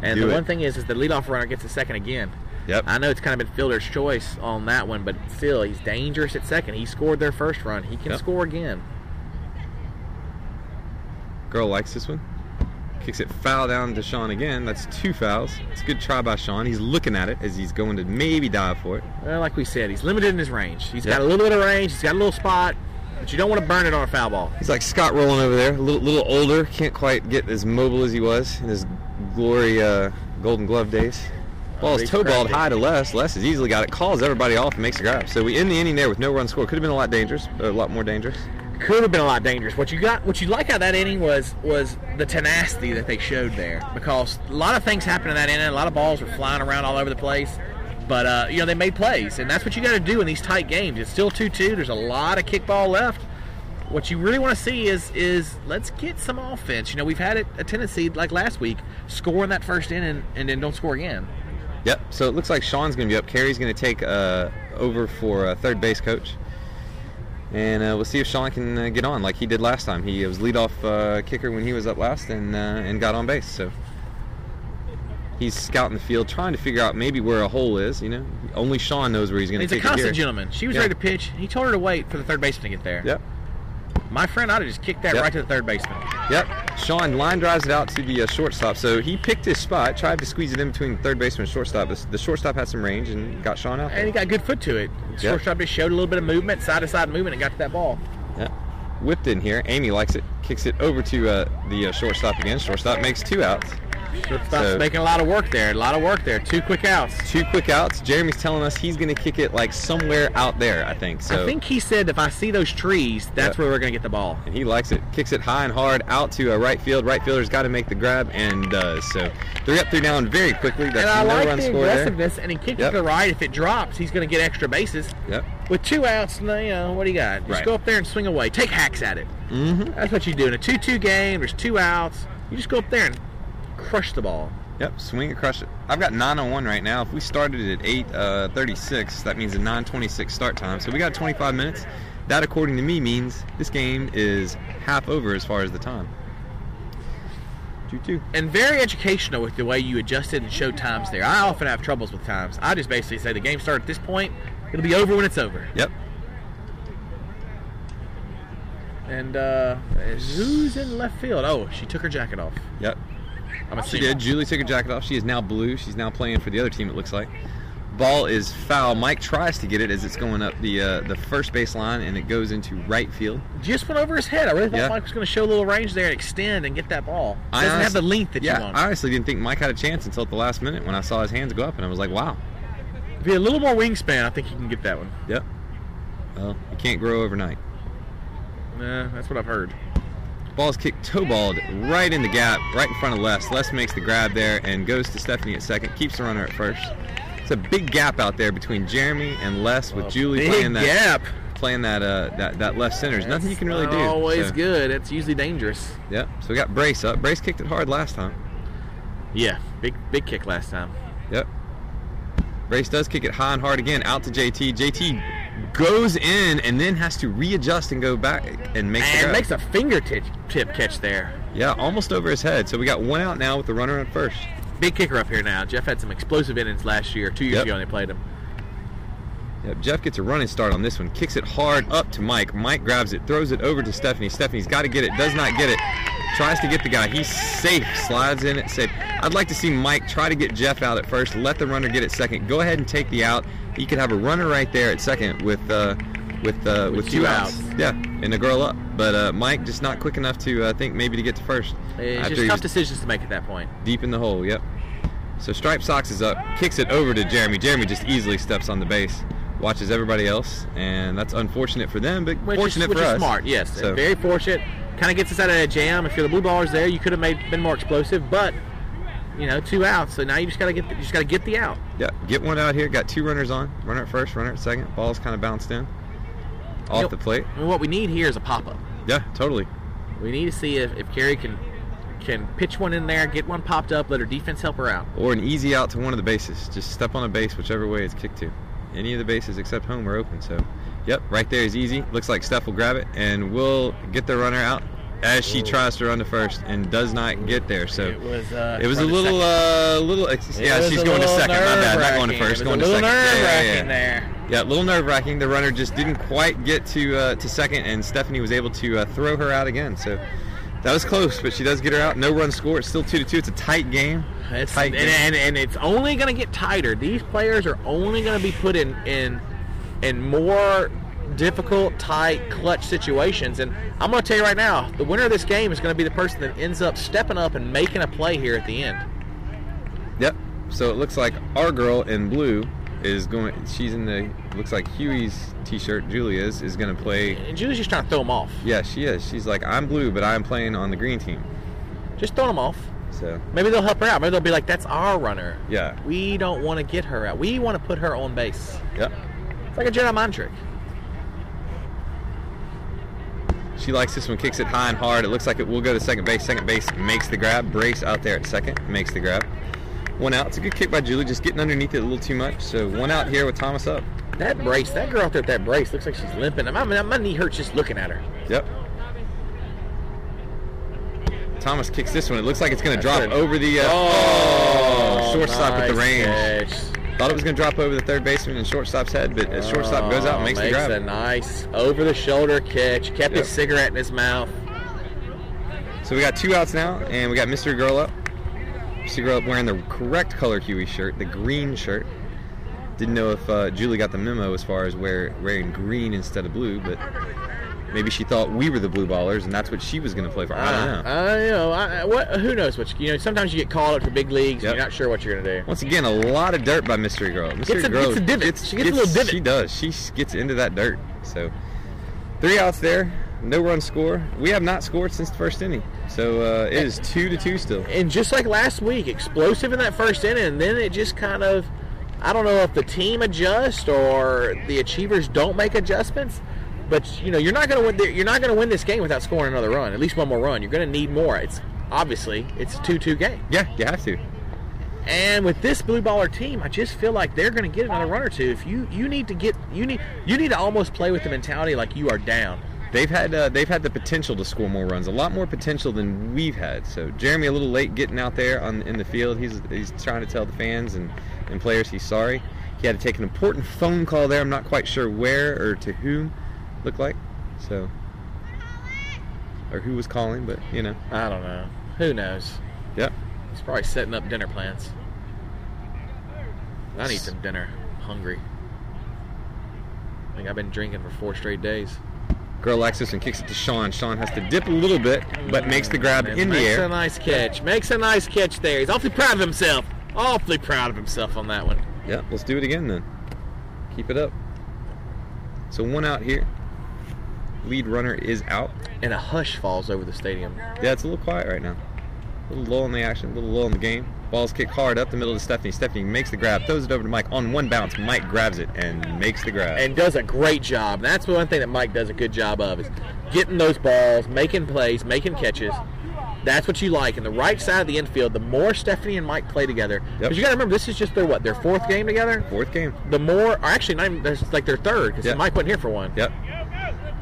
[SPEAKER 2] And
[SPEAKER 1] Do
[SPEAKER 2] the
[SPEAKER 1] it.
[SPEAKER 2] one thing is, is the leadoff runner gets a second again.
[SPEAKER 1] Yep.
[SPEAKER 2] I know it's kind of been fielder's choice on that one, but still, he's dangerous at second. He scored their first run. He can
[SPEAKER 1] Yep.
[SPEAKER 2] score again.
[SPEAKER 1] Girl likes this one. Kicks it foul down to Sean again. That's two fouls. It's a good try by Sean. He's looking at it as he's going to maybe dive for it.
[SPEAKER 2] Well, like we said, he's limited in his range. He's
[SPEAKER 1] Yep.
[SPEAKER 2] got a little bit of range. He's got a little spot, but you don't want to burn it on a foul ball.
[SPEAKER 1] He's like Scott Rowland over there, a little, little older, can't quite get as mobile as he was in his glory uh, Golden Glove days. Ball is
[SPEAKER 2] he's
[SPEAKER 1] toe balled
[SPEAKER 2] crafty.
[SPEAKER 1] high to Les. Les has easily got it, calls everybody off, and makes a grab. So we end the inning there with no run scored. Could have been a lot dangerous, a lot more dangerous.
[SPEAKER 2] Could have been a lot dangerous. What you got, what you like out of that inning was was the tenacity that they showed there, because a lot of things happened in that inning. A lot of balls were flying around all over the place, but uh, you know they made plays, and that's what you got to do in these tight games. It's still two two. There's a lot of kickball left. what you really want to see is is let's get some offense. You know, we've had it, a tendency like last week, scoring that first inning and then don't score again.
[SPEAKER 1] Yep. So it looks like Sean's going to be up. Carey's going to take uh, over for uh, third base coach, and uh, we'll see if Sean can uh, get on like he did last time. He was leadoff uh, kicker when he was up last and uh, and got on base. So he's scouting the field, trying to figure out maybe where a hole is. You know, only Sean knows where he's going to.
[SPEAKER 2] He's a
[SPEAKER 1] kick it here.
[SPEAKER 2] constant gentleman. She was
[SPEAKER 1] Yeah.
[SPEAKER 2] ready to pitch. He told her to wait for the third baseman to get there.
[SPEAKER 1] Yep.
[SPEAKER 2] My friend, I'd have just kicked that
[SPEAKER 1] Yep.
[SPEAKER 2] right to the third baseman.
[SPEAKER 1] Yep. Sean line drives it out to the uh, shortstop. So he picked his spot, tried to squeeze it in between third baseman and shortstop. but The shortstop had some range and got Sean out.
[SPEAKER 2] And
[SPEAKER 1] There.
[SPEAKER 2] he got good foot to it. Shortstop just showed a little bit of movement, side to side movement, and got to that ball.
[SPEAKER 1] Yep. Whipped in here. Amy likes it. Kicks it over to uh, the uh, shortstop again. Shortstop makes two outs.
[SPEAKER 2] Shortstop's
[SPEAKER 1] So-
[SPEAKER 2] making a lot of work there. A lot of work there. Two quick outs.
[SPEAKER 1] Two quick outs. Jeremy's telling us he's going to kick it like somewhere out there, I think. So
[SPEAKER 2] I think he said if I see those trees, that's
[SPEAKER 1] Yep.
[SPEAKER 2] where we're gonna get the ball.
[SPEAKER 1] and he likes it. Kicks it high and hard out to uh, right field. Right fielder's got to make the grab and does. So three up, three down very quickly. That's
[SPEAKER 2] and I
[SPEAKER 1] no
[SPEAKER 2] like
[SPEAKER 1] run
[SPEAKER 2] the
[SPEAKER 1] score there.
[SPEAKER 2] aggressiveness. And he kicked
[SPEAKER 1] Yep.
[SPEAKER 2] to the right. If it drops, he's gonna get extra bases.
[SPEAKER 1] Yep.
[SPEAKER 2] With two outs, you know what do you got? Just
[SPEAKER 1] Right.
[SPEAKER 2] go up there and swing away. Take hacks at it.
[SPEAKER 1] Mm-hmm.
[SPEAKER 2] That's what you do in a two-two game. There's two outs. You just go up there and crush the ball.
[SPEAKER 1] Yep, swing and crush it. I've got 901 right now. If we started at 8 uh, 36, that means a 926 start time. So we got 25 minutes. That, according to me, means this game is half over as far as the time. 2 2.
[SPEAKER 2] and very educational with the way you adjusted and showed times there. I often have troubles with times. I just basically say the game started at this point. It'll be over when it's over.
[SPEAKER 1] Yep.
[SPEAKER 2] And uh, who's in left field? Oh, she took her jacket off.
[SPEAKER 1] Yep.
[SPEAKER 2] I'm
[SPEAKER 1] She did. Julie took her jacket off. She is now blue. She's now playing for the other team. It looks like. Ball is foul. Mike tries to get it as it's going up the uh, the first baseline and it goes into right field.
[SPEAKER 2] Just went over his head. I really thought
[SPEAKER 1] Yeah.
[SPEAKER 2] Mike was going to show a little range there and extend and get that ball.
[SPEAKER 1] I
[SPEAKER 2] Doesn't have
[SPEAKER 1] honestly-
[SPEAKER 2] the length that
[SPEAKER 1] yeah,
[SPEAKER 2] you want.
[SPEAKER 1] I honestly didn't think Mike had a chance until at the last minute when I saw his hands go up and I was like, wow.
[SPEAKER 2] Be a little more wingspan. I think he can get that one.
[SPEAKER 1] Yep. Well, you can't grow overnight.
[SPEAKER 2] Nah, that's what I've heard.
[SPEAKER 1] Ball's kicked toe balled right in the gap, right in front of Les. Les makes the grab there and goes to Stephanie at second, keeps the runner at first. It's a big gap out there between Jeremy and Les with Julie
[SPEAKER 2] Big
[SPEAKER 1] playing that
[SPEAKER 2] gap.
[SPEAKER 1] playing that uh that, that left center. There's nothing you can really
[SPEAKER 2] Not
[SPEAKER 1] do.
[SPEAKER 2] Always
[SPEAKER 1] so,
[SPEAKER 2] good. It's usually dangerous.
[SPEAKER 1] Yep. So we got Brace up. Brace kicked it hard last time.
[SPEAKER 2] Yeah, big big kick last time.
[SPEAKER 1] Yep. Brace does kick it high and hard again out to JT. JT goes in and then has to readjust and go back and make the
[SPEAKER 2] And
[SPEAKER 1] grab.
[SPEAKER 2] makes a fingertip tip catch there.
[SPEAKER 1] Yeah, almost over his head. So we got one out now with the runner at first.
[SPEAKER 2] Big kicker up here now. Jeff had some explosive innings last year, two years
[SPEAKER 1] Yep.
[SPEAKER 2] ago when they played him.
[SPEAKER 1] Yep, Jeff gets a running start on this one. Kicks it hard up to Mike. Mike grabs it, throws it over to Stephanie. Stephanie's got to get it, does not get it. Tries to get the guy. He's safe. Slides in it, safe. I'd like to see Mike try to get Jeff out at first. Let the runner get it second. Go ahead and take the out. You could have a runner right there at second with uh, with uh, with, two,
[SPEAKER 2] two
[SPEAKER 1] outs.
[SPEAKER 2] outs.
[SPEAKER 1] Yeah, and a girl up. But uh, Mike just not quick enough to uh, think maybe to get to first.
[SPEAKER 2] It's
[SPEAKER 1] after
[SPEAKER 2] just
[SPEAKER 1] he
[SPEAKER 2] tough
[SPEAKER 1] was
[SPEAKER 2] decisions to make at that point.
[SPEAKER 1] Deep in the hole, yep. So Stripe Socks is up, kicks it over to Jeremy. Jeremy just easily steps on the base, watches everybody else, and that's unfortunate for them, but
[SPEAKER 2] Which
[SPEAKER 1] fortunate
[SPEAKER 2] is, which
[SPEAKER 1] for
[SPEAKER 2] is
[SPEAKER 1] us.
[SPEAKER 2] smart, yes.
[SPEAKER 1] So,
[SPEAKER 2] Very fortunate. Kind of gets us out of a jam. If you're the blue ballers there, you could have made been more explosive, but you know, two outs. So now you just gotta get the, you just gotta get the out.
[SPEAKER 1] yeah, get one out here. Got two runners on. Runner at first, runner at second. Ball's kind of bounced in, off
[SPEAKER 2] Yep.
[SPEAKER 1] the plate.
[SPEAKER 2] I mean, what we need here is a pop up.
[SPEAKER 1] Yeah, totally.
[SPEAKER 2] We need to see if if Carrie can can pitch one in there, get one popped up, let her defense help her out.
[SPEAKER 1] Or an easy out to one of the bases. Just step on a base, whichever way it's kicked to. Any of the bases except home are open. So, yep, right there is easy. Looks like Steph will grab it and will get the runner out as she tries to run to first and does not get there. So
[SPEAKER 2] was uh,
[SPEAKER 1] It was a little, uh, little. ex- Yeah, she's going to second. My bad. Not going to first. Going to second. Yeah, yeah, yeah.
[SPEAKER 2] there.
[SPEAKER 1] Yeah, a little nerve wracking. The runner just didn't quite get to uh, to second, and Stephanie was able to uh, throw her out again. So that was close, but she does get her out. No run score. It's still two to two. It's a tight game.
[SPEAKER 2] It's,
[SPEAKER 1] tight
[SPEAKER 2] and,
[SPEAKER 1] game.
[SPEAKER 2] and, and it's only going to get tighter. These players are only going to be put in in in more difficult, tight, clutch situations. And I'm going to tell you right now, the winner of this game is going to be the person that ends up stepping up and making a play here at the end.
[SPEAKER 1] Yep. So it looks like our girl in blue is going. She's in the looks like Huey's t-shirt. Julia's is going to play.
[SPEAKER 2] And Julie's just trying to throw them off.
[SPEAKER 1] Yeah, she is. She's like, I'm blue, but I'm playing on the green team.
[SPEAKER 2] Just throw them off.
[SPEAKER 1] So
[SPEAKER 2] Maybe they'll help her out. Maybe they'll be like, "That's our runner.
[SPEAKER 1] yeah,
[SPEAKER 2] We don't want to get her out. We want to put her on base."
[SPEAKER 1] yep.
[SPEAKER 2] It's like a Jedi mind trick.
[SPEAKER 1] She likes this one, kicks it high and hard. It looks like it will go to second base. Second base makes the grab, brace out there at second, makes the grab. One out. It's a good kick by Julie, just getting underneath it a little too much. So one out here with Thomas up.
[SPEAKER 2] That brace, that girl out there with that brace looks like she's limping. My, my, my knee hurts just looking at her.
[SPEAKER 1] Yep. Thomas kicks this one. It looks like it's going to
[SPEAKER 2] That's
[SPEAKER 1] drop
[SPEAKER 2] good.
[SPEAKER 1] over the uh, oh, shortstop with the range. Thought it was going to drop over the third baseman and shortstop's head, but as shortstop goes out, and makes, the grab.
[SPEAKER 2] Oh, a nice over the shoulder catch.
[SPEAKER 1] Yep.
[SPEAKER 2] Kept his cigarette in his mouth.
[SPEAKER 1] So we got two outs now, and we got Mr. Girl up. Mr. Girl up wearing the correct color Huey shirt, the green shirt. Didn't know if uh, Julie got the memo as far as wear, wearing green instead of blue, but maybe she thought we were the blue ballers, and that's what she was going to play for. I don't know.
[SPEAKER 2] Ah, I, you know, I, I- what, who knows what you, you know? Sometimes you get called up to big leagues.
[SPEAKER 1] Yep.
[SPEAKER 2] and You're not sure what you're gonna do.
[SPEAKER 1] Once again, a lot of dirt by Mystery Girl. Mystery
[SPEAKER 2] a-
[SPEAKER 1] Girl
[SPEAKER 2] gets a divot. She gets a little divot.
[SPEAKER 1] She does. She s- gets into that dirt. So three outs there, no run score. We have not scored since the first inning, so uh, it is two to two still.
[SPEAKER 2] And just like last week, explosive in that first inning, and then it just kind of, I don't know if the team adjusts or the achievers don't make adjustments. But you know, you're not gonna win. the- You're not gonna win this game without scoring another run. At least one more run. You're gonna need more. It's obviously it's a two-two game.
[SPEAKER 1] Yeah, you have to.
[SPEAKER 2] And with this blue baller team, I just feel like they're going to get another run or two. If you you need to get you need you need to almost play with the mentality like you are down.
[SPEAKER 1] They've had uh, they've had the potential to score more runs, a lot more potential than we've had. So Jeremy a little late getting out there on in the field. He's he's trying to tell the fans and, and players he's sorry. He had to take an important phone call there. I'm not quite sure where or to whom looked like. So or who was calling, but you know.
[SPEAKER 2] I don't know. Who knows?
[SPEAKER 1] Yep.
[SPEAKER 2] He's probably setting up dinner plans. I need some dinner. I'm hungry. I think I've been drinking for four straight days.
[SPEAKER 1] Girl likes this and kicks it to Sean. Sean has to dip a little bit, but makes the grab
[SPEAKER 2] And
[SPEAKER 1] in the
[SPEAKER 2] makes
[SPEAKER 1] air.
[SPEAKER 2] a nice catch. Makes a nice catch there. He's awfully proud of himself. Awfully proud of himself on that one.
[SPEAKER 1] Yeah, let's do it again then. Keep it up. So one out here. Lead runner is out.
[SPEAKER 2] And a hush falls over the stadium.
[SPEAKER 1] Yeah, it's a little quiet right now. A little low in the action, a little low in the game. Ball's kicked hard up the middle to Stephanie. Stephanie makes the grab, throws it over to Mike on one bounce. Mike grabs it and makes the grab.
[SPEAKER 2] and does a great job. That's one thing that Mike does a good job of is getting those balls, making plays, making catches. That's what you like. And the right side of the infield, the more Stephanie and Mike play together, because you got to remember this is just their what their fourth game together.
[SPEAKER 1] Fourth game.
[SPEAKER 2] The more, or actually, not even, it's like their third because
[SPEAKER 1] Yeah.
[SPEAKER 2] Mike wasn't here for one.
[SPEAKER 1] Yep.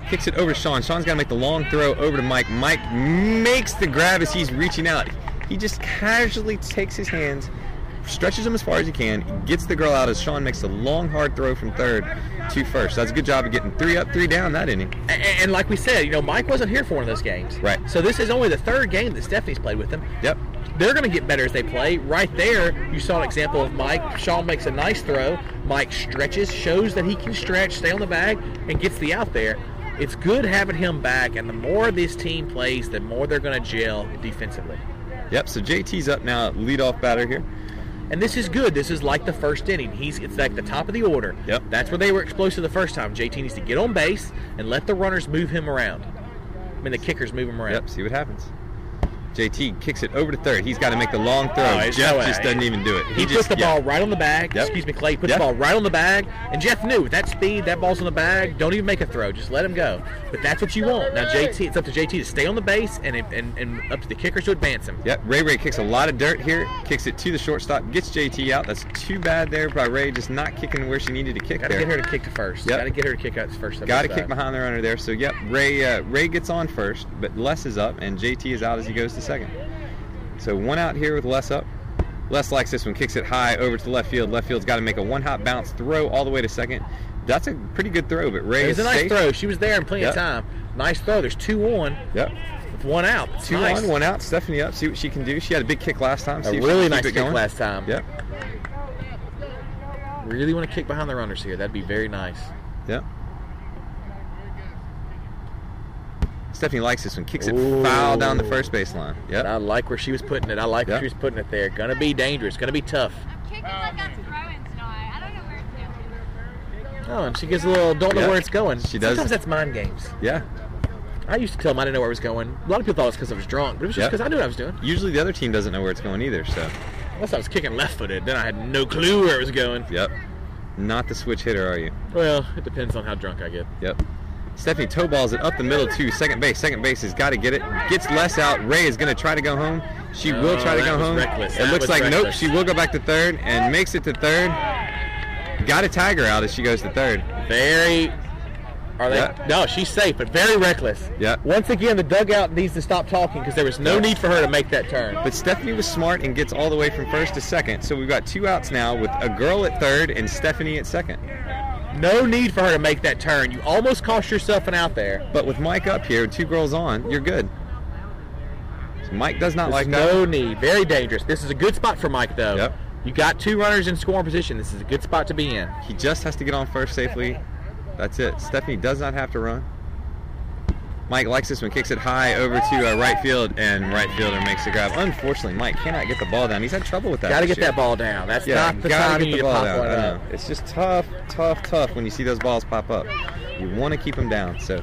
[SPEAKER 1] Kicks it over to Sean. Sean's got to make the long throw over to Mike. Mike makes the grab as he's reaching out. He just casually takes his hands, stretches them as far as he can, gets the girl out as Sean makes a long, hard throw from third to first. That's a good job of getting three up, three down that inning.
[SPEAKER 2] A- a- And, like we said, you know, Mike wasn't here for one of those games.
[SPEAKER 1] Right.
[SPEAKER 2] So this is only the third game that Stephanie's played with him.
[SPEAKER 1] Yep.
[SPEAKER 2] they're going to get better as they play. Right there, you saw an example of Mike. Shaw makes a nice throw. Mike stretches, shows that he can stretch, stay on the bag, and gets the out there. It's good having him back, and the more this team plays, the more they're going to gel defensively.
[SPEAKER 1] Yep. So JT's up now, leadoff batter here.
[SPEAKER 2] And this is good. This is like the first inning. He's it's like the top of the order.
[SPEAKER 1] Yep.
[SPEAKER 2] That's where they were explosive the first time. JT needs to get on base and let the runners move him around. I mean, the kickers move him around.
[SPEAKER 1] Yep. See what happens. JT kicks it over to third. He's got to make the long throw.
[SPEAKER 2] Oh, there's
[SPEAKER 1] Jeff
[SPEAKER 2] no way.
[SPEAKER 1] just doesn't even do it.
[SPEAKER 2] He,
[SPEAKER 1] just
[SPEAKER 2] put the
[SPEAKER 1] yeah.
[SPEAKER 2] ball right on the bag.
[SPEAKER 1] Yep.
[SPEAKER 2] Excuse me, Clay. He put
[SPEAKER 1] Yep.
[SPEAKER 2] the ball right on the bag. And Jeff knew with that speed, that ball's on the bag. Don't even make a throw. Just let him go. But that's what you want. Now, JT, it's up to JT to stay on the base and and, and up to the kickers to advance him.
[SPEAKER 1] Yep, Ray Ray kicks a lot of dirt here, kicks it to the shortstop, gets JT out. That's too bad there by Ray, just not kicking where she needed to kick
[SPEAKER 2] Got to
[SPEAKER 1] there.
[SPEAKER 2] get her to kick to first.
[SPEAKER 1] Yep.
[SPEAKER 2] Got to get her to kick out first.
[SPEAKER 1] Got to kick behind the runner there. So yep, Ray uh, Ray gets on first, but Les is up, and JT is out as he goes to second. So one out here with Les up. Les likes this one, kicks it high over to left field. Left field's got to make a one-hop bounce throw all the way to second. That's a pretty good throw, but Ray
[SPEAKER 2] It
[SPEAKER 1] is
[SPEAKER 2] was a nice
[SPEAKER 1] safe.
[SPEAKER 2] throw. She was there in plenty
[SPEAKER 1] Yep.
[SPEAKER 2] of time. Nice throw. There's two one
[SPEAKER 1] Yep,
[SPEAKER 2] with one out. It's
[SPEAKER 1] two
[SPEAKER 2] nice.
[SPEAKER 1] on, one out. Stephanie up. See what she can do. She had a big kick last time. See
[SPEAKER 2] A
[SPEAKER 1] if she
[SPEAKER 2] really
[SPEAKER 1] can
[SPEAKER 2] nice
[SPEAKER 1] keep it
[SPEAKER 2] kick
[SPEAKER 1] going.
[SPEAKER 2] last time.
[SPEAKER 1] Yep,
[SPEAKER 2] Really want to kick behind the runners here. That'd be very nice.
[SPEAKER 1] Yep. Stephanie likes this one. Kicks it
[SPEAKER 2] Ooh.
[SPEAKER 1] foul down the first baseline.
[SPEAKER 2] But I
[SPEAKER 1] Yep.
[SPEAKER 2] like where she was putting it. I like
[SPEAKER 1] Yep.
[SPEAKER 2] where she was putting it there. Gonna be dangerous. Gonna be tough.
[SPEAKER 4] I'm kicking like I'm throwing tonight. I don't know where it's going.
[SPEAKER 2] Oh, and she gives a little don't know
[SPEAKER 1] Yeah.
[SPEAKER 2] where it's going.
[SPEAKER 1] She does.
[SPEAKER 2] Sometimes that's mind games.
[SPEAKER 1] Yeah.
[SPEAKER 2] I used to tell them I didn't know where it was going. A lot of people thought it was because I was drunk, but it was just
[SPEAKER 1] Yeah.
[SPEAKER 2] because I knew what I was doing.
[SPEAKER 1] Usually the other team doesn't know where it's going either, so.
[SPEAKER 2] Unless I was kicking left footed, then I had no clue where it was going.
[SPEAKER 1] Yep. Not the switch hitter, are you?
[SPEAKER 2] Well, it depends on how drunk I get.
[SPEAKER 1] Yep. Stephanie toe balls it up the middle to second base. Second base has got to get it. Gets less out. Ray is going to try to go home. She will
[SPEAKER 2] Oh,
[SPEAKER 1] try to
[SPEAKER 2] that
[SPEAKER 1] go
[SPEAKER 2] was
[SPEAKER 1] home.
[SPEAKER 2] reckless.
[SPEAKER 1] It
[SPEAKER 2] That
[SPEAKER 1] looks
[SPEAKER 2] was
[SPEAKER 1] like nope.
[SPEAKER 2] reckless.
[SPEAKER 1] She will go back to third and makes it to third. Got a tiger out as she goes to third.
[SPEAKER 2] Very. Are they?
[SPEAKER 1] Yeah.
[SPEAKER 2] No, she's safe, but very reckless.
[SPEAKER 1] Yeah.
[SPEAKER 2] Once again, the dugout needs to stop talking because there was no
[SPEAKER 1] Yeah.
[SPEAKER 2] need for her to make that turn.
[SPEAKER 1] But Stephanie was smart and gets all the way from first to second. So we've got two outs now with a girl at third and Stephanie at second.
[SPEAKER 2] No need for her to make that turn. You almost cost yourself an out there.
[SPEAKER 1] But with Mike up here, two girls on, you're good. So Mike does not like
[SPEAKER 2] There's
[SPEAKER 1] that.
[SPEAKER 2] no need. Very dangerous. This is a good spot for Mike, though.
[SPEAKER 1] Yep.
[SPEAKER 2] You got two runners in scoring position. This is a good spot to be in.
[SPEAKER 1] He just has to get on first safely. That's it. Stephanie does not have to run. Mike likes this one, kicks it high over to uh, right field, and right fielder makes the grab. Unfortunately, Mike cannot get the ball down. He's had trouble with that.
[SPEAKER 2] Got to
[SPEAKER 1] this
[SPEAKER 2] get that
[SPEAKER 1] year.
[SPEAKER 2] ball down. That's
[SPEAKER 1] Yeah,
[SPEAKER 2] not the
[SPEAKER 1] gotta
[SPEAKER 2] time
[SPEAKER 1] get
[SPEAKER 2] you
[SPEAKER 1] the
[SPEAKER 2] need to
[SPEAKER 1] ball
[SPEAKER 2] pop
[SPEAKER 1] down.
[SPEAKER 2] one
[SPEAKER 1] I know.
[SPEAKER 2] up.
[SPEAKER 1] It's just tough, tough, tough when you see those balls pop up. You want to keep them down. So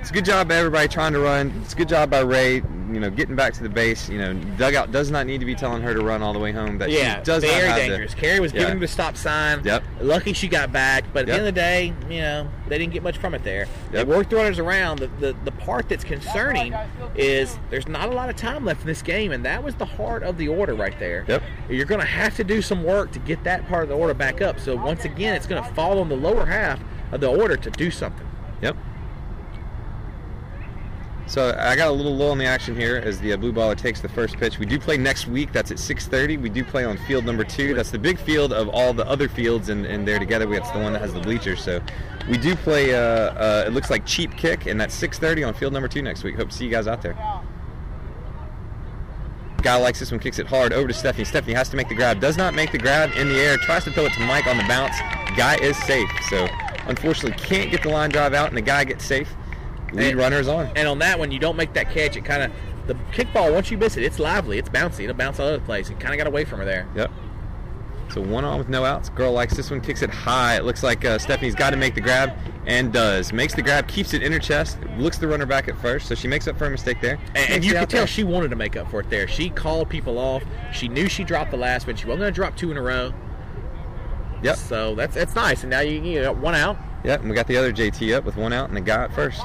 [SPEAKER 1] it's a good job by everybody trying to run. It's a good job by Ray, you know, getting back to the base. You know, dugout does not need to be telling her to run all the way home. That she
[SPEAKER 2] Yeah,
[SPEAKER 1] does not
[SPEAKER 2] very
[SPEAKER 1] have to-
[SPEAKER 2] dangerous. Carrie was
[SPEAKER 1] Yeah.
[SPEAKER 2] giving him the stop sign.
[SPEAKER 1] Yep.
[SPEAKER 2] Lucky she got back, but
[SPEAKER 1] Yep.
[SPEAKER 2] at the end of the day, you know, they didn't get much from it there. They
[SPEAKER 1] Yep.
[SPEAKER 2] worked the runners around. The, the the part that's concerning is there's not a lot of time left in this game, and that was the heart of the order right there.
[SPEAKER 1] Yep.
[SPEAKER 2] You're going to have to do some work to get that part of the order back up. So once again, it's going to fall on the lower half of the order to do something.
[SPEAKER 1] Yep. So I got a little low on the action here as the uh, blue baller takes the first pitch. We do play next week. That's at 6:30. We do play on field number two. That's the big field of all the other fields, and, and they're together. We That's the one that has the bleachers. So we do play. Uh, uh, it looks like cheap kick, and that's 6:30 on field number two next week. Hope to see you guys out there. Guy likes this one, kicks it hard over to Stephanie. Stephanie has to make the grab, does not make the grab in the air, tries to throw it to Mike on the bounce. Guy is safe, so unfortunately can't get the line drive out, and the guy gets safe. Lead
[SPEAKER 2] And-
[SPEAKER 1] runners on.
[SPEAKER 2] And on that one, you don't make that catch. It kind of the kickball once you miss it, it's lively, it's bouncy, it'll bounce all over the place. It kind of got away from her there.
[SPEAKER 1] Yep. So one on with no outs. Girl likes this one, kicks it high. It looks like uh, Stephanie's got to make the grab and does. Makes the grab, keeps it in her chest, looks the runner back at first, so she makes up for a mistake there.
[SPEAKER 2] And, and
[SPEAKER 1] Makes
[SPEAKER 2] you
[SPEAKER 1] it
[SPEAKER 2] could
[SPEAKER 1] out
[SPEAKER 2] tell
[SPEAKER 1] there.
[SPEAKER 2] she wanted to make up for it there. She called people off. She knew she dropped the last one. She wasn't going to drop two in a row.
[SPEAKER 1] Yep.
[SPEAKER 2] So that's that's nice. And now you, you got one out.
[SPEAKER 1] Yep, and we got the other JT up with one out and the guy at first.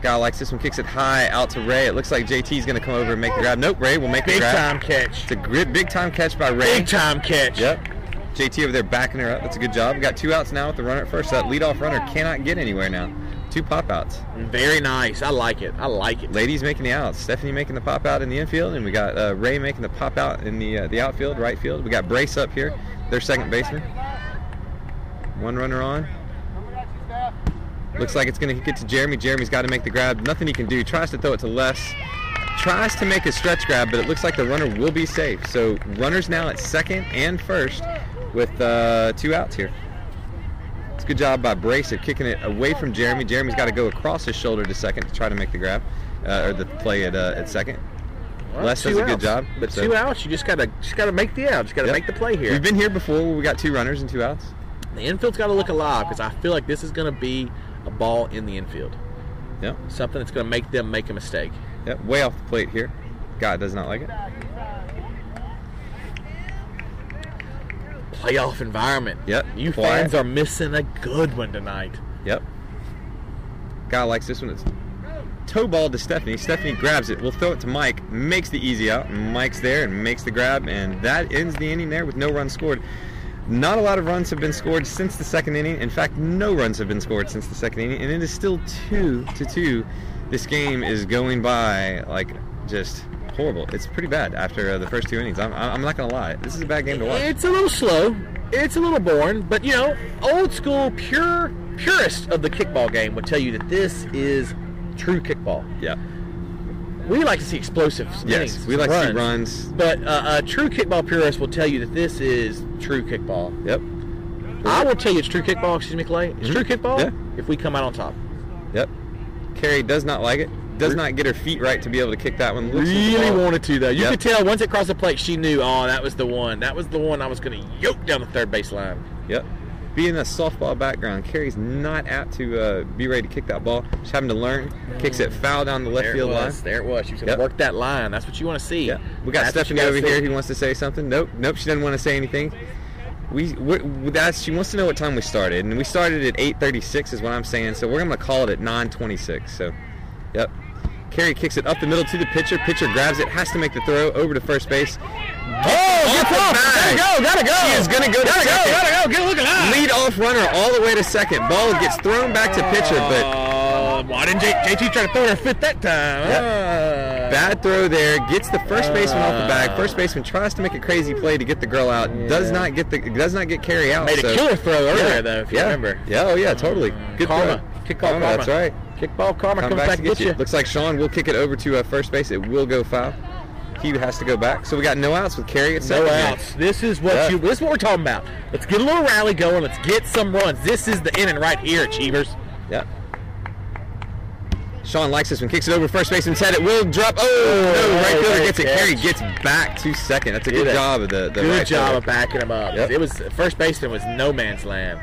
[SPEAKER 1] Guy likes this one, kicks it high out to Ray. It looks like JT's going to come over and make the grab. Nope, Ray will make the
[SPEAKER 2] Big
[SPEAKER 1] grab.
[SPEAKER 2] time catch.
[SPEAKER 1] It's a gri- big time catch by Ray.
[SPEAKER 2] Big time catch.
[SPEAKER 1] Yep. JT over there backing her up. That's a good job. We got two outs now with the runner at first. That leadoff runner cannot get anywhere now. Two pop outs.
[SPEAKER 2] Very nice. I like it. I like it.
[SPEAKER 1] Ladies making the outs. Stephanie making the pop out in the infield, and we got uh, Ray making the pop out in the uh, the outfield, right field. We got Brace up here, their second baseman. One runner on. Looks like it's going to get to Jeremy. Jeremy's got to make the grab. Nothing he can do. Tries to throw it to Les. Tries to make a stretch grab, but it looks like the runner will be safe. So runners now at second and first with uh, two outs here. It's a good job by Brace of kicking it away from Jeremy. Jeremy's got to go across his shoulder to second to try to make the grab uh, or the play at, uh, at second.
[SPEAKER 2] Well,
[SPEAKER 1] Les
[SPEAKER 2] two
[SPEAKER 1] does a good
[SPEAKER 2] outs.
[SPEAKER 1] job,
[SPEAKER 2] But
[SPEAKER 1] so-
[SPEAKER 2] two outs. You just gotta just gotta make the out. Just gotta
[SPEAKER 1] Yep.
[SPEAKER 2] make the play here.
[SPEAKER 1] We've been here before where we got two runners and two outs.
[SPEAKER 2] the infield's gotta look alive because I feel like this is gonna be a ball in the infield.
[SPEAKER 1] Yep.
[SPEAKER 2] Something that's gonna make them make a mistake.
[SPEAKER 1] Yep. Way off the plate here. Guy does not like it.
[SPEAKER 2] Playoff environment.
[SPEAKER 1] Yep.
[SPEAKER 2] You
[SPEAKER 1] Quiet.
[SPEAKER 2] fans are missing a good one tonight.
[SPEAKER 1] Yep. Guy likes this one. It's toe ball to Stephanie. Stephanie grabs it. We'll throw it to Mike. Makes the easy out. Mike's there and makes the grab, and that ends the inning there with no runs scored. Not a lot of runs have been scored since the second inning. In fact, no runs have been scored since the second inning, and it is still two to two. This game is going by like just horrible. It's pretty bad after uh, the first two innings. I'm, I'm not gonna lie. This is a bad game to watch.
[SPEAKER 2] It's a little slow. It's a little boring, but you know, old school, pure purist of the kickball game would tell you that this is true kickball.
[SPEAKER 1] yeah.
[SPEAKER 2] We like to see explosive
[SPEAKER 1] Yes,
[SPEAKER 2] innings,
[SPEAKER 1] we like to see
[SPEAKER 2] runs,
[SPEAKER 1] runs.
[SPEAKER 2] but uh, a true kickball purist will tell you that this is true kickball.
[SPEAKER 1] Yep.
[SPEAKER 2] I will tell you it's true kickball. Excuse me, Clay. It's true kickball
[SPEAKER 1] Mm-hmm. Yeah.
[SPEAKER 2] if we come out on top.
[SPEAKER 1] Yep. Carrie does not like it. Does not get her feet right to be able to kick that one. Looks at the
[SPEAKER 2] Really
[SPEAKER 1] ball.
[SPEAKER 2] wanted to though. You
[SPEAKER 1] Yep.
[SPEAKER 2] could tell once it crossed the plate, she knew. Oh, that was the one. That was the one I was going to yoke down the third baseline.
[SPEAKER 1] Yep. Being a softball background, Carrie's not apt to uh, be ready to kick that ball. She's having to learn. Kicks it foul down the left
[SPEAKER 2] There it
[SPEAKER 1] field line.
[SPEAKER 2] was. There it was. She was going
[SPEAKER 1] Yep.
[SPEAKER 2] to work that line. That's what you want to see.
[SPEAKER 1] Yeah. We got
[SPEAKER 2] That's what
[SPEAKER 1] Stephanie
[SPEAKER 2] you gotta
[SPEAKER 1] over
[SPEAKER 2] see.
[SPEAKER 1] here who wants to say something. Nope. Nope. She doesn't want to say anything. We we're, that's she wants to know what time we started, and we started at 8:36 is what I'm saying. So we're gonna call it at 9:26. So, yep. Carey kicks it up the middle to the pitcher. Pitcher grabs it, has to make the throw over to first base.
[SPEAKER 2] Oh,
[SPEAKER 1] Off
[SPEAKER 2] gets
[SPEAKER 1] the
[SPEAKER 2] off.
[SPEAKER 1] bag.
[SPEAKER 2] Gotta go. Gotta go.
[SPEAKER 1] He is gonna go to
[SPEAKER 2] Gotta
[SPEAKER 1] second.
[SPEAKER 2] go. Gotta go. Get a look at that.
[SPEAKER 1] Lead off runner all the way to second. Ball gets thrown back to pitcher, but
[SPEAKER 2] Uh, why didn't J- JT try to throw it a fit that time? Uh,
[SPEAKER 1] bad throw there. Gets the first baseman off the bag. First baseman tries to make a crazy play to get the girl out. Does not get the does not get Carey out.
[SPEAKER 2] made
[SPEAKER 1] so-
[SPEAKER 2] a killer throw earlier
[SPEAKER 1] yeah,
[SPEAKER 2] though, if you
[SPEAKER 1] yeah,
[SPEAKER 2] remember.
[SPEAKER 1] Yeah, oh yeah, totally. Good
[SPEAKER 2] Karma.
[SPEAKER 1] throw.
[SPEAKER 2] Kick ball karma.
[SPEAKER 1] That's right.
[SPEAKER 2] Kickball karma
[SPEAKER 1] Come
[SPEAKER 2] comes
[SPEAKER 1] back to get you.
[SPEAKER 2] ya.
[SPEAKER 1] Looks like Sean will kick it over to uh, first base. It will go foul. He has to go back. So we got no outs with Carey at
[SPEAKER 2] No
[SPEAKER 1] second. here.
[SPEAKER 2] outs. This is what
[SPEAKER 1] Yeah.
[SPEAKER 2] you. This is what we're talking about. Let's get a little rally going. Let's get some runs. This is the inning right here, Achievers.
[SPEAKER 1] Yeah. Sean likes this one. Kicks it over to first base and said it will drop. Oh, no.
[SPEAKER 2] Oh,
[SPEAKER 1] Right fielder
[SPEAKER 2] great
[SPEAKER 1] gets it.
[SPEAKER 2] catch.
[SPEAKER 1] Carey gets back to second. That's a
[SPEAKER 2] Did
[SPEAKER 1] good
[SPEAKER 2] it.
[SPEAKER 1] job of the, the
[SPEAKER 2] Good
[SPEAKER 1] right
[SPEAKER 2] job
[SPEAKER 1] fielder.
[SPEAKER 2] of backing him up.
[SPEAKER 1] Yep.
[SPEAKER 2] It was first baseman was no man's land.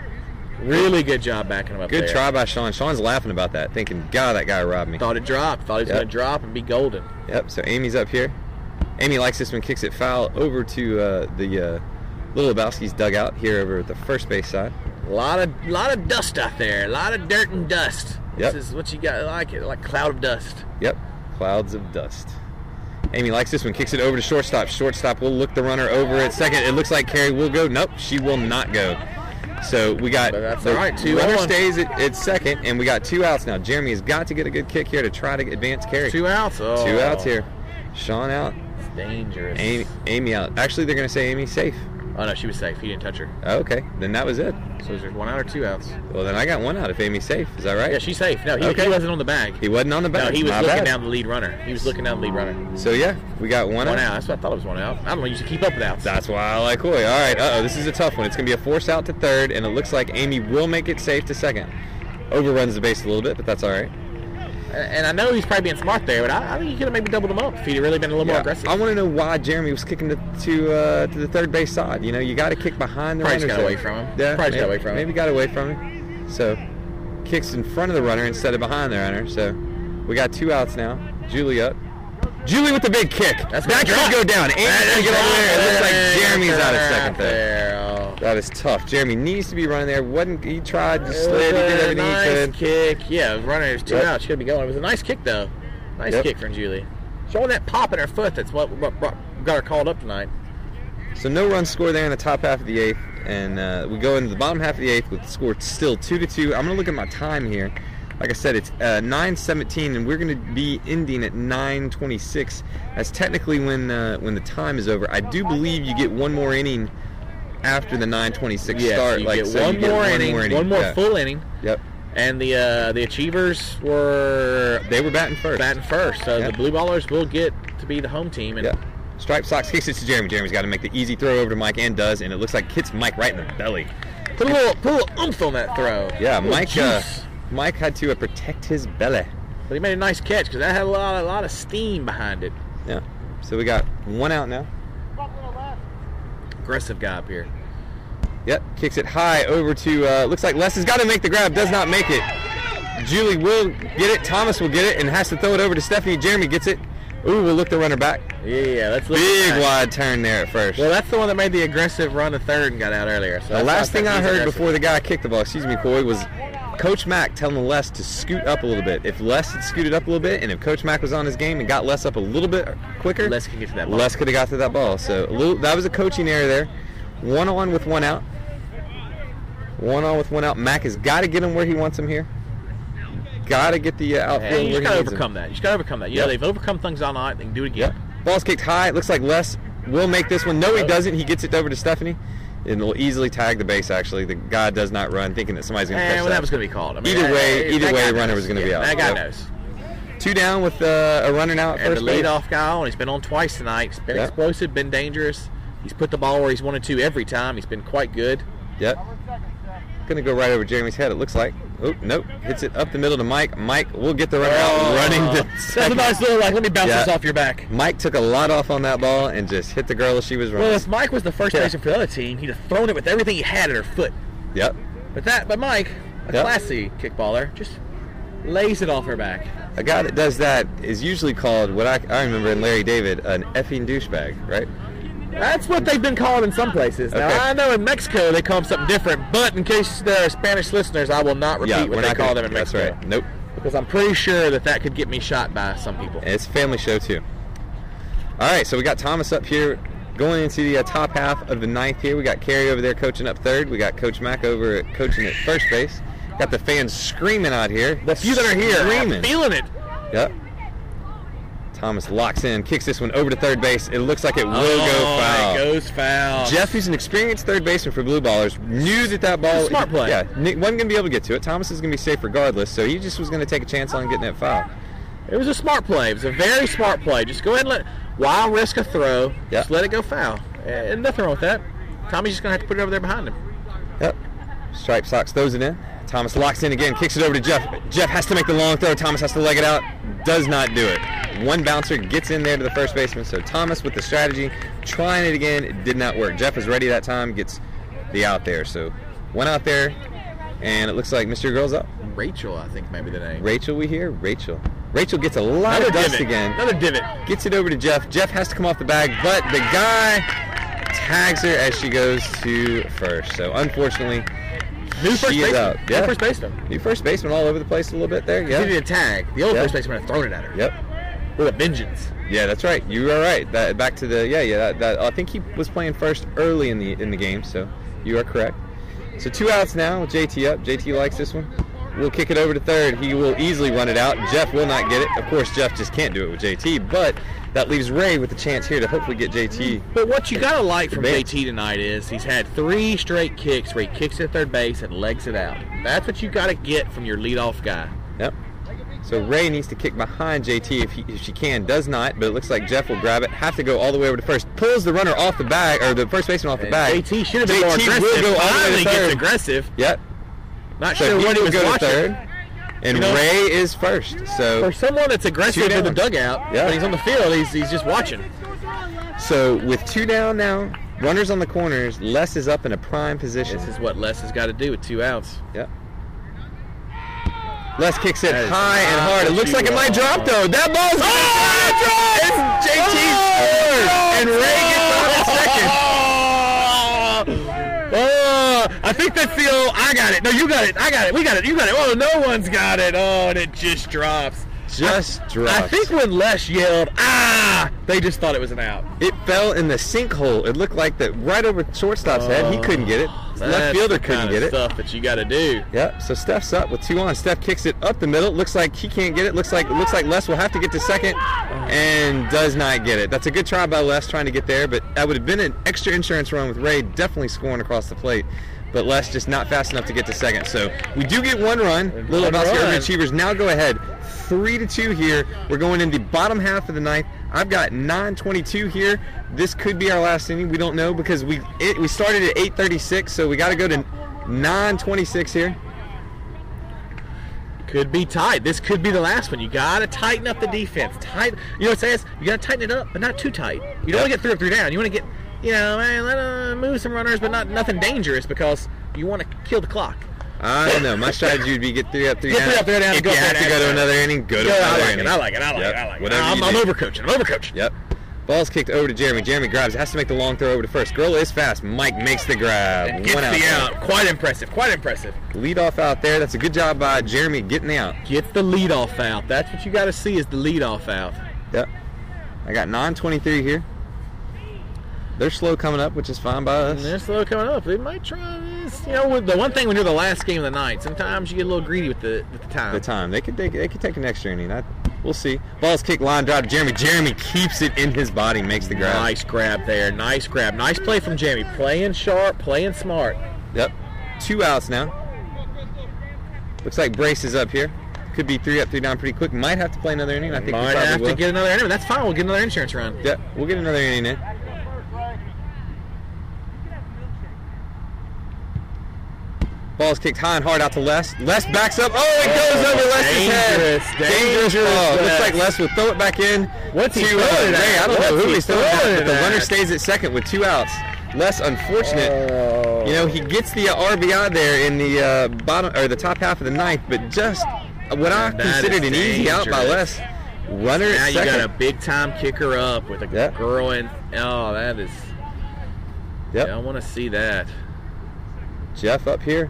[SPEAKER 2] Really good job backing him up.
[SPEAKER 1] Good
[SPEAKER 2] there.
[SPEAKER 1] try by Sean. Sean's laughing about that, thinking, God, that guy robbed me.
[SPEAKER 2] Thought it dropped. Thought he was
[SPEAKER 1] Yep.
[SPEAKER 2] going to drop and be golden.
[SPEAKER 1] Yep, so Amy's up here. Amy likes this one, kicks it foul over to uh, the uh, Little Lebowski's dugout here over at the first base side.
[SPEAKER 2] A lot of lot of dust out there. A lot of dirt and dust.
[SPEAKER 1] Yep.
[SPEAKER 2] This is what you got. I like it. Like cloud of dust.
[SPEAKER 1] Yep, clouds of dust. Amy likes this one, kicks it over to shortstop. Shortstop will look the runner over at second. It looks like Carrie will go. Nope, she will not go. So we got
[SPEAKER 2] But that's
[SPEAKER 1] the
[SPEAKER 2] all right, two
[SPEAKER 1] runner
[SPEAKER 2] on.
[SPEAKER 1] stays at, at second, and we got two outs now. Jeremy has got to get a good kick here to try to advance Carrie.
[SPEAKER 2] Two outs. Oh,
[SPEAKER 1] Two outs here. Sean out.
[SPEAKER 2] It's dangerous.
[SPEAKER 1] Amy, Amy out. Actually, they're going to say Amy safe.
[SPEAKER 2] Oh no, she was safe. He didn't touch her.
[SPEAKER 1] Okay, then that was it.
[SPEAKER 2] So is there one out or two outs?
[SPEAKER 1] Well, then I got one out if Amy's safe. Is that right?
[SPEAKER 2] Yeah, she's safe. No, he,
[SPEAKER 1] Okay.
[SPEAKER 2] he wasn't on the bag.
[SPEAKER 1] he wasn't on the
[SPEAKER 2] no,
[SPEAKER 1] back.
[SPEAKER 2] he was
[SPEAKER 1] My
[SPEAKER 2] looking
[SPEAKER 1] bad.
[SPEAKER 2] down the lead runner. He was looking down the lead runner.
[SPEAKER 1] So yeah, we got one,
[SPEAKER 2] One out. That's what I thought it was one out. I don't know. You should keep up with outs.
[SPEAKER 1] That's why I like Hoy. All right, uh oh, this is a tough one. It's going to be a force out to third, and it looks like Amy will make it safe to second. Overruns the base a little bit, but that's all right.
[SPEAKER 2] And I know he's probably being smart there, but I, I think he could have maybe doubled him up if he'd really been a little more
[SPEAKER 1] Yeah,
[SPEAKER 2] aggressive.
[SPEAKER 1] I want to know why Jeremy was kicking to to, uh, to the third base side. You know, you got to kick behind the runner.
[SPEAKER 2] Probably just got away from him.
[SPEAKER 1] Yeah,
[SPEAKER 2] Probably just
[SPEAKER 1] maybe,
[SPEAKER 2] got away from him.
[SPEAKER 1] Maybe got away from him. So, kicks in front of the runner instead of behind the runner. So, we got two outs now. Julie up. Julie with the big kick.
[SPEAKER 2] That's
[SPEAKER 1] that
[SPEAKER 2] gonna
[SPEAKER 1] could
[SPEAKER 2] drop.
[SPEAKER 1] go down. Amy's gonna get over there. It looks like Jeremy's out of second there.
[SPEAKER 2] there. Oh.
[SPEAKER 1] That is tough. Jeremy needs to be running there. Wasn't he tried, just slid, he
[SPEAKER 2] It was
[SPEAKER 1] did
[SPEAKER 2] a
[SPEAKER 1] everything
[SPEAKER 2] nice
[SPEAKER 1] he could.
[SPEAKER 2] kick. Yeah, runner's two
[SPEAKER 1] Yep.
[SPEAKER 2] outs. Should be going. It was a nice kick though. Nice
[SPEAKER 1] Yep.
[SPEAKER 2] kick from Julie. Showing that pop in her foot. That's what, what brought, got her called up tonight.
[SPEAKER 1] So no runs scored there in the top half of the eighth, and uh, we go into the bottom half of the eighth with the score still two to two. I'm gonna look at my time here. Like I said, it's uh, 9:17, and we're gonna be ending at 9:26. That's technically when uh, when the time is over. I do believe you get one more inning after the 9:26
[SPEAKER 2] Yes,
[SPEAKER 1] start.
[SPEAKER 2] you
[SPEAKER 1] like
[SPEAKER 2] get
[SPEAKER 1] so
[SPEAKER 2] one,
[SPEAKER 1] you
[SPEAKER 2] more,
[SPEAKER 1] one
[SPEAKER 2] inning,
[SPEAKER 1] more inning.
[SPEAKER 2] one more
[SPEAKER 1] Yeah.
[SPEAKER 2] full inning,
[SPEAKER 1] Yep.
[SPEAKER 2] and the uh, the achievers were
[SPEAKER 1] They were batting first.
[SPEAKER 2] batting first. So
[SPEAKER 1] Yeah.
[SPEAKER 2] the blue ballers will get to be the home team, and
[SPEAKER 1] Yeah. Striped Sox kicks it to Jeremy. Jeremy's got to make the easy throw over to Mike and does, and it looks like hits Mike right in the belly.
[SPEAKER 2] put a little put a little oomph on that throw.
[SPEAKER 1] Yeah,
[SPEAKER 2] A little
[SPEAKER 1] Mike. Uh,
[SPEAKER 2] juice.
[SPEAKER 1] Mike had to uh, protect his belly.
[SPEAKER 2] but he made a nice catch because that had a lot a lot of steam behind it.
[SPEAKER 1] Yeah. So we got one out now.
[SPEAKER 2] Aggressive guy up here.
[SPEAKER 1] Yep. Kicks it high over to. Uh, looks like Les has got to make the grab. Does not make it. Julie will get it. Thomas will get it and has to throw it over to Stephanie. Jeremy gets it. Ooh, we'll look the runner back.
[SPEAKER 2] Yeah, yeah, that's
[SPEAKER 1] Big wide turn there at first.
[SPEAKER 2] Well, that's the one that made the aggressive run to third and got out earlier. So
[SPEAKER 1] The
[SPEAKER 2] that's
[SPEAKER 1] last
[SPEAKER 2] why
[SPEAKER 1] thing I
[SPEAKER 2] he's
[SPEAKER 1] heard
[SPEAKER 2] aggressive.
[SPEAKER 1] before the guy kicked the ball, excuse me, Coy, was Coach Mack telling Les to scoot up a little bit. If Les had scooted up a little bit, and if Coach Mack was on his game and got Les up a little bit quicker,
[SPEAKER 2] Les could get to that ball.
[SPEAKER 1] Les could have got to that ball. So a little, that was a coaching error there. One on with one out. One on with one out. Mack has got to get him where he wants him here. Got to get the uh, outfield
[SPEAKER 2] Hey, you
[SPEAKER 1] where
[SPEAKER 2] just
[SPEAKER 1] he
[SPEAKER 2] gotta
[SPEAKER 1] needs him.
[SPEAKER 2] overcome that. You just gotta overcome that. You know,
[SPEAKER 1] Yep.
[SPEAKER 2] they've overcome things all night. They can do it
[SPEAKER 1] Yep.
[SPEAKER 2] again.
[SPEAKER 1] Ball's kicked high. It looks like Les will make this one. No, he doesn't. He gets it over to Stephanie. And will easily tag the base, actually. The guy does not run, thinking that somebody's going to
[SPEAKER 2] And
[SPEAKER 1] catch
[SPEAKER 2] Eh, well, that
[SPEAKER 1] that.
[SPEAKER 2] was gonna be called. I mean,
[SPEAKER 1] Either way-
[SPEAKER 2] that-
[SPEAKER 1] either
[SPEAKER 2] that
[SPEAKER 1] way,
[SPEAKER 2] guy
[SPEAKER 1] the runner
[SPEAKER 2] knows.
[SPEAKER 1] was gonna be
[SPEAKER 2] Yeah,
[SPEAKER 1] out.
[SPEAKER 2] That guy
[SPEAKER 1] Yep.
[SPEAKER 2] knows.
[SPEAKER 1] Two down with uh, a runner now at
[SPEAKER 2] And the
[SPEAKER 1] first base.
[SPEAKER 2] leadoff guy on. He's been on twice tonight. He's been
[SPEAKER 1] Yep.
[SPEAKER 2] explosive, been dangerous. He's put the ball where he's wanted to every time. He's been quite good.
[SPEAKER 1] Yep. Going to go right over Jeremy's head, it looks like. Oh, nope. Hits it up the middle to Mike. Mike will get the runner out running to
[SPEAKER 2] Oh. That's a
[SPEAKER 1] second.
[SPEAKER 2] nice little like. Let me bounce
[SPEAKER 1] Yeah.
[SPEAKER 2] this off your back.
[SPEAKER 1] Mike took a lot off on that ball and just hit the girl as she was running.
[SPEAKER 2] Well, if Mike was the first
[SPEAKER 1] Yeah.
[SPEAKER 2] baseman for the other team, he'd have thrown it with everything he had at her foot.
[SPEAKER 1] yep.
[SPEAKER 2] But that, but Mike, a
[SPEAKER 1] Yep.
[SPEAKER 2] classy kickballer, just lays it off her back.
[SPEAKER 1] A guy that does that is usually called what I, I remember in Larry David an effing douchebag, right?
[SPEAKER 2] That's what they've been called in some places. Now
[SPEAKER 1] Okay.
[SPEAKER 2] I know in Mexico they call them something different, but in case there are Spanish listeners, I will not repeat
[SPEAKER 1] yeah,
[SPEAKER 2] what
[SPEAKER 1] we're
[SPEAKER 2] they
[SPEAKER 1] not
[SPEAKER 2] call
[SPEAKER 1] gonna-
[SPEAKER 2] them in
[SPEAKER 1] That's
[SPEAKER 2] Mexico
[SPEAKER 1] right. Nope.
[SPEAKER 2] because I'm pretty sure that that could get me shot by some people.
[SPEAKER 1] And it's a family show too. All right, so we got Thomas up here going into the uh, top half of the ninth here. We got Carrie over there coaching up third. We got Coach Mack over at coaching at first base. Got the fans screaming out here. The few that are here
[SPEAKER 2] I'm
[SPEAKER 1] screaming.
[SPEAKER 2] feeling it.
[SPEAKER 1] Yep. Thomas locks in, kicks this one over to third base. It looks like it will
[SPEAKER 2] oh,
[SPEAKER 1] go foul.
[SPEAKER 2] It goes foul.
[SPEAKER 1] Jeff, who's an experienced third baseman for Blue Ballers, knew that that ball.
[SPEAKER 2] Smart play.
[SPEAKER 1] Yeah, Nick wasn't going to be able to get to it. Thomas is going to be safe regardless, so he just was going to take a chance on getting that foul.
[SPEAKER 2] It was a smart play. It was a very smart play. Just go ahead and let. Why risk a throw? Just let it go foul. Eh, And nothing wrong with that. Tommy's just gonna have to put it over there behind him.
[SPEAKER 1] Yep. Stripe Sox throws it in. Thomas locks in again, kicks it over to Jeff. Jeff has to make the long throw. Thomas has to leg it out. Does not do it. One bouncer gets in there to the first baseman. So Thomas with the strategy, trying it again. It did not work. Jeff is ready that time, gets the out there. So one out there, and it looks like Mr. Girl's up.
[SPEAKER 2] Rachel, I think maybe the name.
[SPEAKER 1] Rachel, we hear Rachel. Rachel gets a lot
[SPEAKER 2] Another
[SPEAKER 1] of dust
[SPEAKER 2] divot.
[SPEAKER 1] again.
[SPEAKER 2] Another divot.
[SPEAKER 1] Gets it over to Jeff. Jeff has to come off the bag, but the guy tags her as she goes to first. So unfortunately,
[SPEAKER 2] New first
[SPEAKER 1] she is
[SPEAKER 2] baseman.
[SPEAKER 1] out.
[SPEAKER 2] New
[SPEAKER 1] Yeah.
[SPEAKER 2] first baseman.
[SPEAKER 1] New first baseman all over the place a little bit there.
[SPEAKER 2] She
[SPEAKER 1] Yeah.
[SPEAKER 2] needed a tag. The old
[SPEAKER 1] Yeah.
[SPEAKER 2] first baseman had thrown it at her
[SPEAKER 1] Yep.
[SPEAKER 2] with a vengeance.
[SPEAKER 1] Yeah, that's right. You are right. That back to the yeah, yeah. That, that I think he was playing first early in the in the game, so you are correct. So two outs now. with JT up. JT likes this one. We'll kick it over to third. He will easily run it out. Jeff will not get it. Of course, Jeff just can't do it with JT, but that leaves Ray with a chance here to hopefully get JT.
[SPEAKER 2] But what you gotta like from
[SPEAKER 1] Advance.
[SPEAKER 2] JT tonight is he's had three straight kicks where he kicks at third base and legs it out. That's what you gotta get from your leadoff guy.
[SPEAKER 1] Yep. So Ray needs to kick behind JT if, he, if she can. Does not, but it looks like Jeff will grab it. Have to go all the way over to first. Pulls the runner off the bag or the first baseman off the
[SPEAKER 2] And
[SPEAKER 1] bag.
[SPEAKER 2] JT should have been more
[SPEAKER 1] JT will
[SPEAKER 2] aggressive.
[SPEAKER 1] go all the way to third.
[SPEAKER 2] Finally gets aggressive.
[SPEAKER 1] Yep.
[SPEAKER 2] Not
[SPEAKER 1] So
[SPEAKER 2] sure
[SPEAKER 1] he
[SPEAKER 2] what he
[SPEAKER 1] will
[SPEAKER 2] was
[SPEAKER 1] go to
[SPEAKER 2] watching.
[SPEAKER 1] third, and
[SPEAKER 2] You know-
[SPEAKER 1] Ray is first. So
[SPEAKER 2] For someone that's aggressive
[SPEAKER 1] Two
[SPEAKER 2] in the
[SPEAKER 1] down.
[SPEAKER 2] dugout,
[SPEAKER 1] Yeah.
[SPEAKER 2] when he's on the field, he's, he's just watching.
[SPEAKER 1] so with two down now, runners on the corners. Les is up in a prime position.
[SPEAKER 2] This is what Les has got to do with two outs.
[SPEAKER 1] Yep. Les kicks it
[SPEAKER 2] That is
[SPEAKER 1] high and
[SPEAKER 2] not
[SPEAKER 1] hard. It
[SPEAKER 2] what
[SPEAKER 1] looks
[SPEAKER 2] you
[SPEAKER 1] like it might
[SPEAKER 2] want.
[SPEAKER 1] drop though. That ball's oh, it's JT scores, and Ray gets on at second.
[SPEAKER 2] Oh, I think that's the old. I got it. No, you got it. I got it. We got it. You got it. Oh, no one's got it. Oh, and it just drops.
[SPEAKER 1] Just dropped.
[SPEAKER 2] I think when Les yelled, ah, they just thought it was an out.
[SPEAKER 1] it fell in the sinkhole. It looked like that right over shortstop's head. He couldn't get it. Left
[SPEAKER 2] Oh, That's
[SPEAKER 1] fielder
[SPEAKER 2] the
[SPEAKER 1] couldn't
[SPEAKER 2] kind
[SPEAKER 1] get
[SPEAKER 2] of
[SPEAKER 1] it.
[SPEAKER 2] Stuff that you got to do.
[SPEAKER 1] Yep. So Steph's up with two on. Steph kicks it up the middle. Looks like he can't get it. Looks like looks like Les will have to get to second, and does not get it. That's a good try by Les trying to get there, but that would have been an extra insurance run with Ray definitely scoring across the plate. But Les just not fast enough to get to second. So we do get one run. Little
[SPEAKER 2] One
[SPEAKER 1] about the
[SPEAKER 2] run.
[SPEAKER 1] overachievers now go ahead. Three to two here. We're going in the bottom half of the ninth. I've got 9:22 here. This could be our last inning. We don't know because we it, we started at 8:36, so we got to go to 9:26 here.
[SPEAKER 2] Could be tight. This could be the last one. You gotta tighten up the defense. Tight. You know what it says? You gotta tighten it up, but not too tight. You don't want to get three up, three down. You want to get, you know, man, let uh, move some runners, but not nothing dangerous because you want to kill the clock.
[SPEAKER 1] I don't know. My strategy would be get three up, three
[SPEAKER 2] Get
[SPEAKER 1] down.
[SPEAKER 2] three up, three down,
[SPEAKER 1] If
[SPEAKER 2] go
[SPEAKER 1] you
[SPEAKER 2] for
[SPEAKER 1] have
[SPEAKER 2] it,
[SPEAKER 1] to go to
[SPEAKER 2] actually.
[SPEAKER 1] another inning, go to
[SPEAKER 2] Yeah, I
[SPEAKER 1] another
[SPEAKER 2] like
[SPEAKER 1] inning.
[SPEAKER 2] it. I like it. I like
[SPEAKER 1] Yep.
[SPEAKER 2] it. I like it.
[SPEAKER 1] Whatever
[SPEAKER 2] I'm,
[SPEAKER 1] you
[SPEAKER 2] I'm
[SPEAKER 1] do.
[SPEAKER 2] overcoaching. I'm overcoaching.
[SPEAKER 1] Yep. Ball's kicked over to Jeremy. Jeremy grabs. Has to make the long throw over to first. Girl is fast. Mike makes the grab.
[SPEAKER 2] And gets
[SPEAKER 1] One
[SPEAKER 2] the out. Quite impressive. Quite impressive.
[SPEAKER 1] Lead off out there. That's a good job by Jeremy getting out.
[SPEAKER 2] Gets the leadoff out. That's what you gotta see is the leadoff out.
[SPEAKER 1] Yep. I got 9:23 here. They're slow coming up, which is fine by us.
[SPEAKER 2] And they're slow coming up. They might try this. You know, with the one thing when you're the last game of the night, sometimes you get a little greedy with the with the time.
[SPEAKER 1] the time. They could they, they could take an extra inning. I, we'll see. Ball's kicked, line drive. to Jeremy. Jeremy keeps it in his body, makes the grab.
[SPEAKER 2] Nice grab there. Nice grab. Nice play from Jamie. Playing sharp, playing smart.
[SPEAKER 1] Yep. Two outs now. Looks like Brace is up here. Could be three up, three down pretty quick. Might have to play another inning. I think we
[SPEAKER 2] Might
[SPEAKER 1] probably
[SPEAKER 2] have
[SPEAKER 1] will.
[SPEAKER 2] to get another inning. That's fine. We'll get another insurance run.
[SPEAKER 1] Yep, we'll get another inning in. Ball's kicked high and hard out to Les. Les backs up. Oh, it goes
[SPEAKER 2] Oh,
[SPEAKER 1] over Les's head.
[SPEAKER 2] dangerous, dangerous
[SPEAKER 1] ball. Looks
[SPEAKER 2] Les.
[SPEAKER 1] like Les will throw it back in.
[SPEAKER 2] What's he
[SPEAKER 1] to, uh,
[SPEAKER 2] throwing it
[SPEAKER 1] Ray.
[SPEAKER 2] at?
[SPEAKER 1] I don't know
[SPEAKER 2] What's
[SPEAKER 1] who
[SPEAKER 2] he
[SPEAKER 1] he's throwing it at, but
[SPEAKER 2] throwing
[SPEAKER 1] the
[SPEAKER 2] it
[SPEAKER 1] runner
[SPEAKER 2] at?
[SPEAKER 1] stays at second with two outs. Les, unfortunate. You know, he gets the uh, RBI there in the uh, bottom or the top half of the ninth, but just what I
[SPEAKER 2] Man, that is
[SPEAKER 1] considered an easy out by Les.
[SPEAKER 2] dangerous.
[SPEAKER 1] Runner
[SPEAKER 2] Now
[SPEAKER 1] at
[SPEAKER 2] you
[SPEAKER 1] second.
[SPEAKER 2] got a big time kicker up with a
[SPEAKER 1] Yeah.
[SPEAKER 2] girl in. Oh, that is.
[SPEAKER 1] Yep.
[SPEAKER 2] Yeah, I want to see that.
[SPEAKER 1] Jeff up here.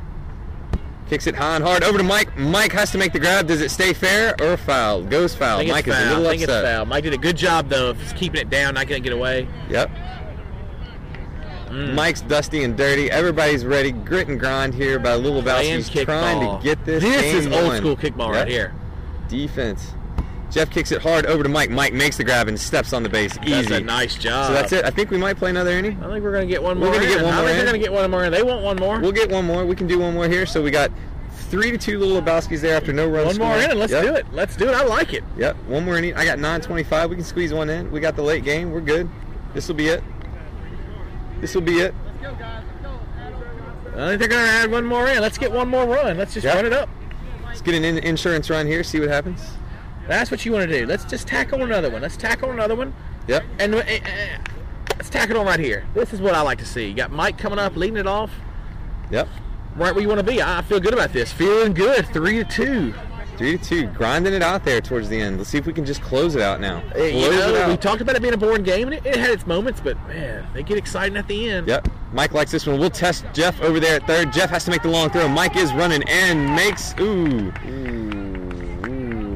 [SPEAKER 1] Kicks it high and hard over to Mike. Mike has to make the grab. Does it stay fair or foul? Goes
[SPEAKER 2] I
[SPEAKER 1] foul.
[SPEAKER 2] think
[SPEAKER 1] Oh, Mike
[SPEAKER 2] it's
[SPEAKER 1] is
[SPEAKER 2] foul.
[SPEAKER 1] a little
[SPEAKER 2] I think
[SPEAKER 1] upset.
[SPEAKER 2] it's foul. Mike did a good job though, of just keeping it down, not gonna get away. Mm.
[SPEAKER 1] Yep.
[SPEAKER 2] Hmm.
[SPEAKER 1] Mike's dusty and dirty. Everybody's ready. Grit and grind here by Little
[SPEAKER 2] Playing
[SPEAKER 1] Bowski's trying
[SPEAKER 2] kickball.
[SPEAKER 1] to get this.
[SPEAKER 2] This
[SPEAKER 1] game
[SPEAKER 2] is old
[SPEAKER 1] won.
[SPEAKER 2] school kickball
[SPEAKER 1] Yep.
[SPEAKER 2] right here.
[SPEAKER 1] Defense. Jeff kicks it hard over to Mike. Mike makes the grab and steps on the base. Easy.
[SPEAKER 2] That's a nice job.
[SPEAKER 1] So that's it. I think we might play another inning.
[SPEAKER 2] I think we're gonna get one
[SPEAKER 1] We're
[SPEAKER 2] more.
[SPEAKER 1] gonna get
[SPEAKER 2] in.
[SPEAKER 1] one
[SPEAKER 2] I
[SPEAKER 1] more
[SPEAKER 2] think
[SPEAKER 1] in.
[SPEAKER 2] they're gonna get one more. in. They want one more.
[SPEAKER 1] We'll get one more. We can do one more here. So we got three to two Little Lebowski's there after no runs.
[SPEAKER 2] one more
[SPEAKER 1] scored.
[SPEAKER 2] in. Let's
[SPEAKER 1] Yep.
[SPEAKER 2] do it. Let's do it. I like it.
[SPEAKER 1] Yep. One more inning. I got 925. We can squeeze one in. We got the late game. We're good. This will be it. This will be it.
[SPEAKER 2] I think they're gonna add one more in. Let's get one more run. Let's just
[SPEAKER 1] Yep.
[SPEAKER 2] run it up.
[SPEAKER 1] Let's get an in- insurance run here. See what happens.
[SPEAKER 2] That's what you want to do. Let's just tackle another one. Let's tackle another one.
[SPEAKER 1] Yep.
[SPEAKER 2] And uh, uh, let's tackle it on right here. This is what I like to see. You got Mike coming up, leading it off,
[SPEAKER 1] Yep.
[SPEAKER 2] right where you want to be. I I feel good about this. Feeling good. Three to two.
[SPEAKER 1] Three to two. Grinding it out there towards the end. Let's see if we can just close it out now.
[SPEAKER 2] Hey, Uh, you
[SPEAKER 1] Close it
[SPEAKER 2] know,
[SPEAKER 1] out.
[SPEAKER 2] we talked about it being a boring game, and it, it had its moments, but man, they get exciting at the end.
[SPEAKER 1] Yep. Mike likes this one. We'll test Jeff over there at third. Jeff has to make the long throw. Mike is running and makes. Ooh.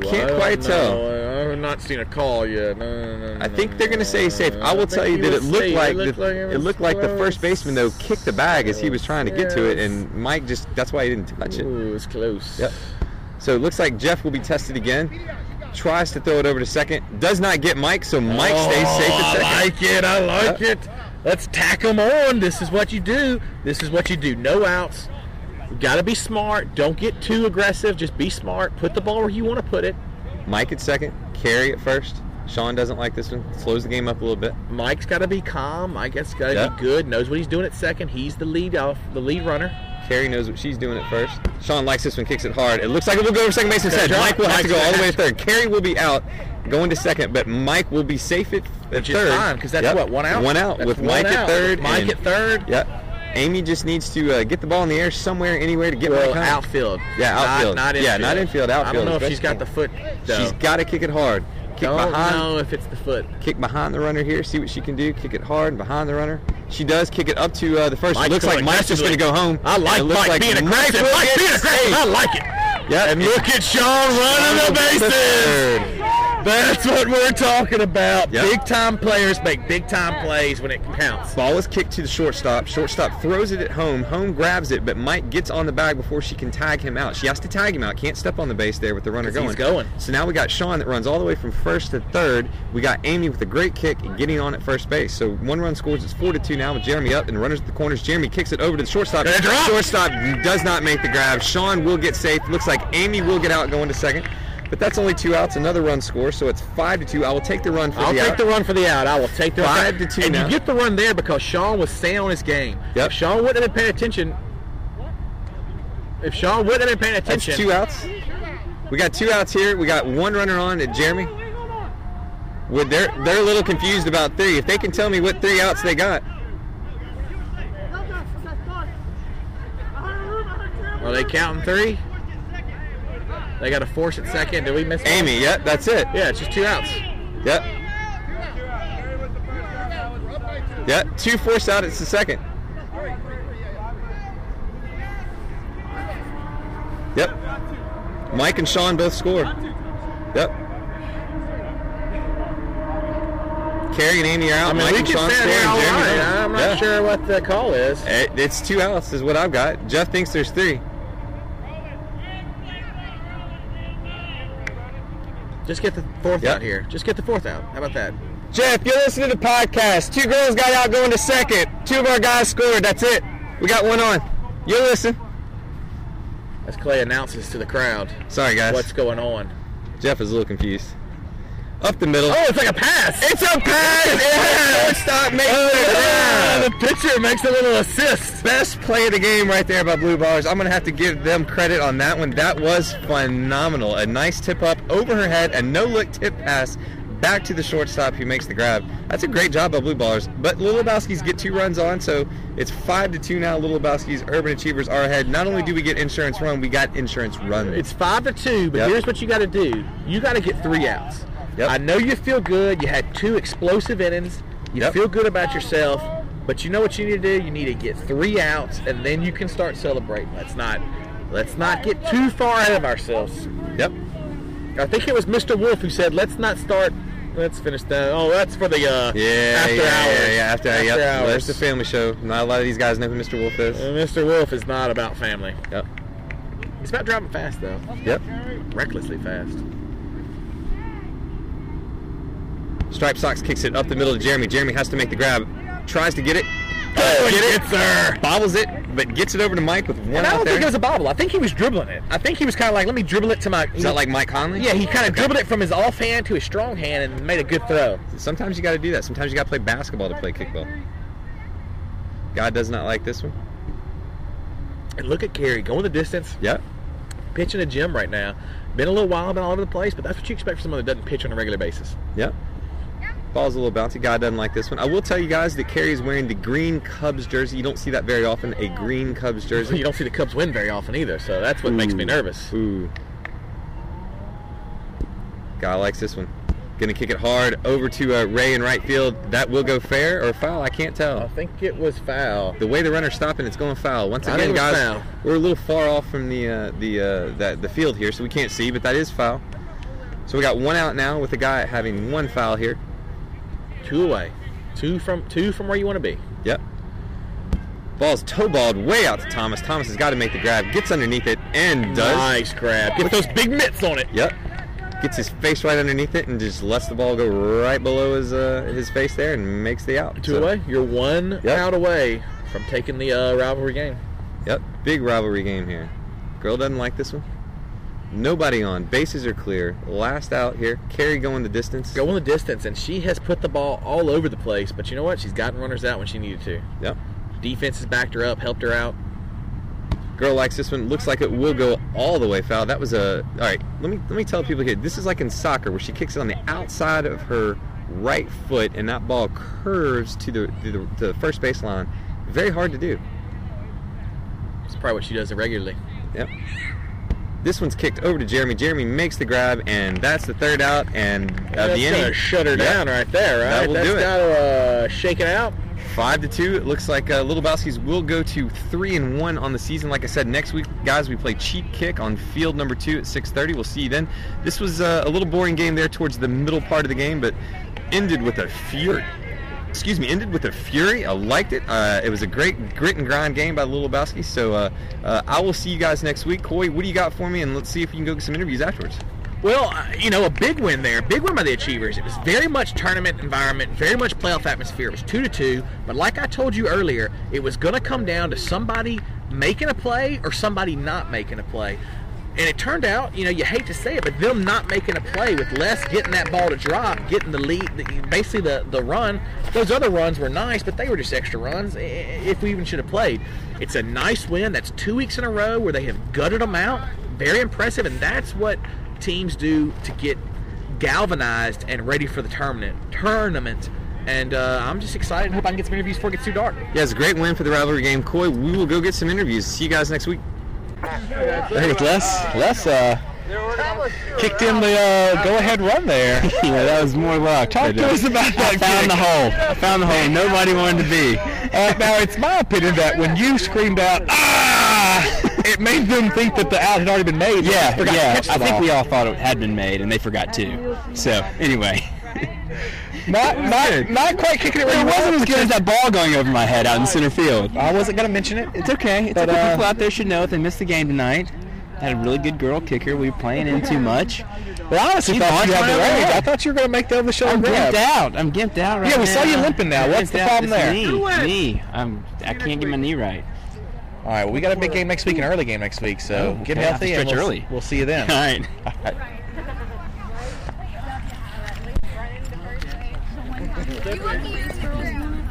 [SPEAKER 1] Can't quite tell.
[SPEAKER 2] tell. I've not seen a call yet. No, no, no,
[SPEAKER 1] I think they're going to say safe. I
[SPEAKER 2] I
[SPEAKER 1] will
[SPEAKER 2] think
[SPEAKER 1] tell you
[SPEAKER 2] he
[SPEAKER 1] that it
[SPEAKER 2] was
[SPEAKER 1] looked
[SPEAKER 2] safe.
[SPEAKER 1] like
[SPEAKER 2] It looked
[SPEAKER 1] the,
[SPEAKER 2] like it
[SPEAKER 1] it
[SPEAKER 2] was
[SPEAKER 1] looked like the first
[SPEAKER 2] close.
[SPEAKER 1] baseman though kicked the bag as he was trying to get to it,
[SPEAKER 2] Yes.
[SPEAKER 1] and Mike just that's why he didn't touch it.
[SPEAKER 2] Ooh, it's close.
[SPEAKER 1] Yep. So it looks like Jeff will be tested again. Tries to throw it over to second, does not get Mike, so Mike stays
[SPEAKER 2] Oh,
[SPEAKER 1] safe at
[SPEAKER 2] I
[SPEAKER 1] second.
[SPEAKER 2] like it. I like it. Let's tack them on. This is what you do. This is what you do. No outs. You got to be smart. Don't get too aggressive. Just be smart. Put the ball where you want to put it.
[SPEAKER 1] Mike at second, carry at first. Sean doesn't like this one. Slows the game up a little bit.
[SPEAKER 2] Mike's got to be calm. Mike's got to
[SPEAKER 1] Yep.
[SPEAKER 2] be good. Knows what he's doing at second. He's the lead off, the lead runner.
[SPEAKER 1] Carrie knows what she's doing at first. Sean likes this one, kicks it hard. It looks like it will go over second base instead.
[SPEAKER 2] That's right.
[SPEAKER 1] Mike will have to
[SPEAKER 2] Mike's
[SPEAKER 1] go all the way to
[SPEAKER 2] gonna
[SPEAKER 1] third. Carrie will be out, going to second, but Mike will be safe at, at
[SPEAKER 2] Which is
[SPEAKER 1] third.
[SPEAKER 2] fine because that's
[SPEAKER 1] Yep.
[SPEAKER 2] what one out.
[SPEAKER 1] One out
[SPEAKER 2] That's
[SPEAKER 1] with
[SPEAKER 2] one
[SPEAKER 1] Mike at
[SPEAKER 2] out.
[SPEAKER 1] third.
[SPEAKER 2] Mike
[SPEAKER 1] and-
[SPEAKER 2] at third.
[SPEAKER 1] Yep. Amy just needs to uh, get the ball in the air somewhere, anywhere to get
[SPEAKER 2] Well,
[SPEAKER 1] Mike home.
[SPEAKER 2] outfield.
[SPEAKER 1] Yeah,
[SPEAKER 2] Not-
[SPEAKER 1] outfield.
[SPEAKER 2] Not,
[SPEAKER 1] Yeah, not infield,
[SPEAKER 2] I
[SPEAKER 1] outfield
[SPEAKER 2] don't know
[SPEAKER 1] is
[SPEAKER 2] if she's
[SPEAKER 1] best
[SPEAKER 2] got the foot. Though.
[SPEAKER 1] She's got to kick it hard. Kick
[SPEAKER 2] don't
[SPEAKER 1] behind.
[SPEAKER 2] know if it's the foot.
[SPEAKER 1] Kick behind the runner here. See what she can do. Kick it hard behind the runner. She does kick it up to uh, the first.
[SPEAKER 2] Mike's
[SPEAKER 1] it looks like
[SPEAKER 2] going
[SPEAKER 1] Mike's just going to go home.
[SPEAKER 2] I like
[SPEAKER 1] It looks
[SPEAKER 2] Mike
[SPEAKER 1] like
[SPEAKER 2] being
[SPEAKER 1] Mike
[SPEAKER 2] aggressive.
[SPEAKER 1] will
[SPEAKER 2] Mike
[SPEAKER 1] get
[SPEAKER 2] being aggressive.
[SPEAKER 1] safe.
[SPEAKER 2] I like it.
[SPEAKER 1] Yep.
[SPEAKER 2] And look at Sean running the bases. That's what we're talking about.
[SPEAKER 1] Yep.
[SPEAKER 2] Big time players make big time plays when it counts.
[SPEAKER 1] Ball is kicked to the shortstop. Shortstop throws it at home. Home grabs it, but Mike gets on the bag before she can tag him out. She has to tag him out. Can't step on the base there with the runner
[SPEAKER 2] 'Cause
[SPEAKER 1] going.
[SPEAKER 2] he's going.
[SPEAKER 1] So now we got Sean that runs all the way from first to third. We got Amy with a great kick and getting on at first base. So one run scores. It's four to two now with Jeremy up and runners at the corners. Jeremy kicks it over to the shortstop.
[SPEAKER 2] Gonna drop.
[SPEAKER 1] Shortstop does not make the grab. Sean will get safe. Looks like Amy will get out going to second. But that's only two outs. Another run score. So it's five to two. I will take the run for
[SPEAKER 2] I'll
[SPEAKER 1] the
[SPEAKER 2] take
[SPEAKER 1] out.
[SPEAKER 2] the run for the out. I will take the
[SPEAKER 1] Five to two
[SPEAKER 2] And
[SPEAKER 1] now.
[SPEAKER 2] you get the run there because Sean was sound on his game.
[SPEAKER 1] Yep.
[SPEAKER 2] If Sean wouldn't have been paying attention, if Sean wouldn't have been paying
[SPEAKER 1] That's
[SPEAKER 2] attention,
[SPEAKER 1] two outs. We got two outs here. We got one runner on at Jeremy. Well, they're they're a little confused about three. If they can tell me what three outs they got,
[SPEAKER 2] are they counting three? They got a force at second. Did we miss one?
[SPEAKER 1] Amy. Yep, that's it.
[SPEAKER 2] Yeah, it's just two outs.
[SPEAKER 1] Yep. Yep. Two force out. It's the second. Yep. Mike and Sean both score. Yep. Carrie and Amy are out.
[SPEAKER 2] I mean,
[SPEAKER 1] Mike
[SPEAKER 2] we
[SPEAKER 1] and
[SPEAKER 2] can
[SPEAKER 1] Sean
[SPEAKER 2] stand here all
[SPEAKER 1] scoring. Jeremy's
[SPEAKER 2] night.
[SPEAKER 1] out.
[SPEAKER 2] I'm not
[SPEAKER 1] Yeah.
[SPEAKER 2] sure what the call is.
[SPEAKER 1] It- It's two outs, is what I've got. Jeff thinks there's three.
[SPEAKER 2] Just get the fourth
[SPEAKER 1] Yep.
[SPEAKER 2] out here. Just get the fourth out. How about that?
[SPEAKER 1] Jeff, you're listening to the podcast. Two girls got out going to second. Two of our guys scored. That's it. We got one on. You listen.
[SPEAKER 2] As Clay announces to the crowd
[SPEAKER 1] Sorry, guys.
[SPEAKER 2] what's going on.
[SPEAKER 1] Jeff is a little confused. Up the middle.
[SPEAKER 2] Oh, it's like a pass.
[SPEAKER 1] It's a pass! Yeah! Shortstop makes the
[SPEAKER 2] Ah,
[SPEAKER 1] grab.
[SPEAKER 2] the pitcher makes a little assist.
[SPEAKER 1] Best play of the game right there by Blue Ballers. I'm gonna have to give them credit on that one. That was phenomenal. A nice tip up over her head, a no look tip pass back to the shortstop who makes the grab. That's a great job by Blue Ballers. But Little Lebowski's get two runs on, so it's five to two now. Little Lebowski's Urban Achievers are ahead. Not only do we get insurance run, we got insurance run.
[SPEAKER 2] It's five to two, but
[SPEAKER 1] Yep.
[SPEAKER 2] here's what you got to do. You got to get three outs.
[SPEAKER 1] Yep.
[SPEAKER 2] I know you feel good. You had two explosive innings. You
[SPEAKER 1] Yep.
[SPEAKER 2] feel good about yourself. But you know what you need to do? You need to get three outs, and then you can start celebrating. Let's not let's not get too far ahead of ourselves.
[SPEAKER 1] Yep.
[SPEAKER 2] I think it was Mr. Wolf who said, "Let's not start. Let's finish that. Oh, that's for the uh,
[SPEAKER 1] Yeah,
[SPEAKER 2] after
[SPEAKER 1] yeah,
[SPEAKER 2] hours.
[SPEAKER 1] yeah, yeah. After, yep. Well,
[SPEAKER 2] hours.
[SPEAKER 1] It's a family show. Not a lot of these guys know who Mr. Wolf
[SPEAKER 2] Uh,
[SPEAKER 1] is.
[SPEAKER 2] Mr. Wolf is not about family.
[SPEAKER 1] Yep.
[SPEAKER 2] He's about driving fast though,
[SPEAKER 1] Yep.
[SPEAKER 2] recklessly fast.
[SPEAKER 1] Stripe Sox kicks it up the middle to Jeremy. Jeremy has to make the grab. Tries to get it.
[SPEAKER 2] Oh,
[SPEAKER 1] get it,
[SPEAKER 2] yes, sir.
[SPEAKER 1] Bobbles it, but gets it over to Mike with one
[SPEAKER 3] And I
[SPEAKER 1] out
[SPEAKER 3] don't
[SPEAKER 1] there.
[SPEAKER 3] think it was a bobble. I think he was dribbling it. I think he was kind of like, let me dribble it to my.
[SPEAKER 1] is that like Mike Conley?
[SPEAKER 3] Yeah, he kind of dribbled it from his offhand to his strong hand and made a good throw.
[SPEAKER 1] Sometimes you got to do that. Sometimes you got to play basketball to play kickball. God does not like this one.
[SPEAKER 2] And look at Carey going the distance,
[SPEAKER 1] Yep.
[SPEAKER 2] pitching a gym right now. Been a little while, been all over the place, but that's what you expect from someone that doesn't pitch on a regular basis.
[SPEAKER 1] Yep. Ball's a little bouncy. God doesn't like this one. I will tell you guys that Carey is wearing the green Cubs jersey. You don't see that very often. A green Cubs
[SPEAKER 2] So you
[SPEAKER 1] jersey.
[SPEAKER 2] don't see the Cubs win very often either, so that's what makes me
[SPEAKER 1] Ooh.
[SPEAKER 2] nervous.
[SPEAKER 1] Ooh. God likes this one. Gonna kick it hard over to uh, Ray in right field. That will go fair or foul. I can't
[SPEAKER 2] I
[SPEAKER 1] tell.
[SPEAKER 2] think it was foul.
[SPEAKER 1] The way the runner's stopping, it's going foul. Once
[SPEAKER 2] I
[SPEAKER 1] again,
[SPEAKER 2] think it was
[SPEAKER 1] guys,
[SPEAKER 2] foul.
[SPEAKER 1] we're a little far off from the uh, the uh, that the field here, so we can't see, but that is foul. So we got one out now with the guy having one foul here.
[SPEAKER 2] Two away, two from two from where you want to be.
[SPEAKER 1] Yep. Ball's toe balled way out to Thomas. Thomas has got to make the grab. Gets underneath it and does.
[SPEAKER 2] Nice grab. Get those big mitts on it.
[SPEAKER 1] Yep. Gets his face right underneath it and just lets the ball go right below his uh, his face there and makes the out.
[SPEAKER 2] Two
[SPEAKER 1] So,
[SPEAKER 2] away. You're one
[SPEAKER 1] Yep.
[SPEAKER 2] out away from taking the uh, rivalry game.
[SPEAKER 1] Yep. Big rivalry game here. Girl doesn't like this one. Nobody on. Bases are clear. Last out here. Carry going the distance.
[SPEAKER 2] Going the distance, and she has put the ball all over the place. But you know what? She's gotten runners out when she needed to.
[SPEAKER 1] Yep.
[SPEAKER 2] Defense has backed her up, helped her out.
[SPEAKER 1] Girl likes this one. Looks like it will go all the way foul. That was a all right. Let me let me tell people here. This is like in soccer where she kicks it on the outside of her right foot, and that ball curves to the to the, to the first baseline. Very hard to do.
[SPEAKER 2] It's probably what she does regularly.
[SPEAKER 1] Yep. This one's kicked over to Jeremy. Jeremy makes the grab, and that's the third out. And of the inning,
[SPEAKER 2] shut her
[SPEAKER 1] Yep.
[SPEAKER 2] down right there, right?
[SPEAKER 1] That will do it.
[SPEAKER 2] got to uh, shake it out.
[SPEAKER 1] Five to two. It looks like uh, Little Bowski's will go to three and one on the season. Like I said, next week, guys, we play Cheap Kick on field number two at 6:30. We'll see you then. This was uh, a little boring game there towards the middle part of the game, but ended with a fury. Excuse me, ended with a fury. I liked it. Uh, it was a great grit and grind game by Little Bowski. So uh, uh, I will see you guys next week. Coy, what do you got for me? And let's see if you can go get some interviews afterwards.
[SPEAKER 3] Well, uh, you know, a big win there, big win by the Achievers. It was very much tournament environment, very much playoff atmosphere. It was two to two, but like I told you earlier, it was going to come down to somebody making a play or somebody not making a play. And it turned out, you know, you hate to say it, but them not making a play with Les getting that ball to drop, getting the lead, the- basically the, the run. Those other runs were nice, but they were just extra runs i- i- if we even should have played. It's a nice win. That's two weeks in a row where they have gutted them out. Very impressive, and that's what teams do to get galvanized and ready for the tournament. Tournament, and uh, I'm just excited. and Hope I can get some interviews before it gets too dark.
[SPEAKER 1] Yeah, it's a great win for the rivalry game. Coy, we will go get some interviews. See you guys next week.
[SPEAKER 2] Hey, Les, Les uh, kicked in the uh, go-ahead run there.
[SPEAKER 5] Yeah, that was more luck. Talk
[SPEAKER 1] to us
[SPEAKER 5] about that. I found the hole. I found the hole. Nobody wanted to be. Uh, now it's my opinion that when you screamed out, ah, it made them think that the out had already been made. Yeah, yeah. I think we all thought it had been made, and they forgot too. So anyway. Not, not, not quite kicking it. It wasn't as good as that ball going over my head out in center field. uh, I wasn't gonna mention it. It's okay. It's okay. people out there should know if they missed the game tonight. Had a really good girl kicker. We were playing in too much. But honestly, thought you had the range. I thought you were going to make the over the shoulder I'm gimped out. I'm gimped out right Yeah, we saw you limping now. What's the problem there? Knee. knee. I'm, I can't get my knee right.
[SPEAKER 2] All right, well, we got a big game next week, an early game next week, so
[SPEAKER 5] Oh,
[SPEAKER 2] get
[SPEAKER 5] okay.
[SPEAKER 2] healthy and
[SPEAKER 5] Stretch
[SPEAKER 2] we'll,
[SPEAKER 5] early.
[SPEAKER 2] we'll see you then.
[SPEAKER 5] All right.
[SPEAKER 4] You want to use your room?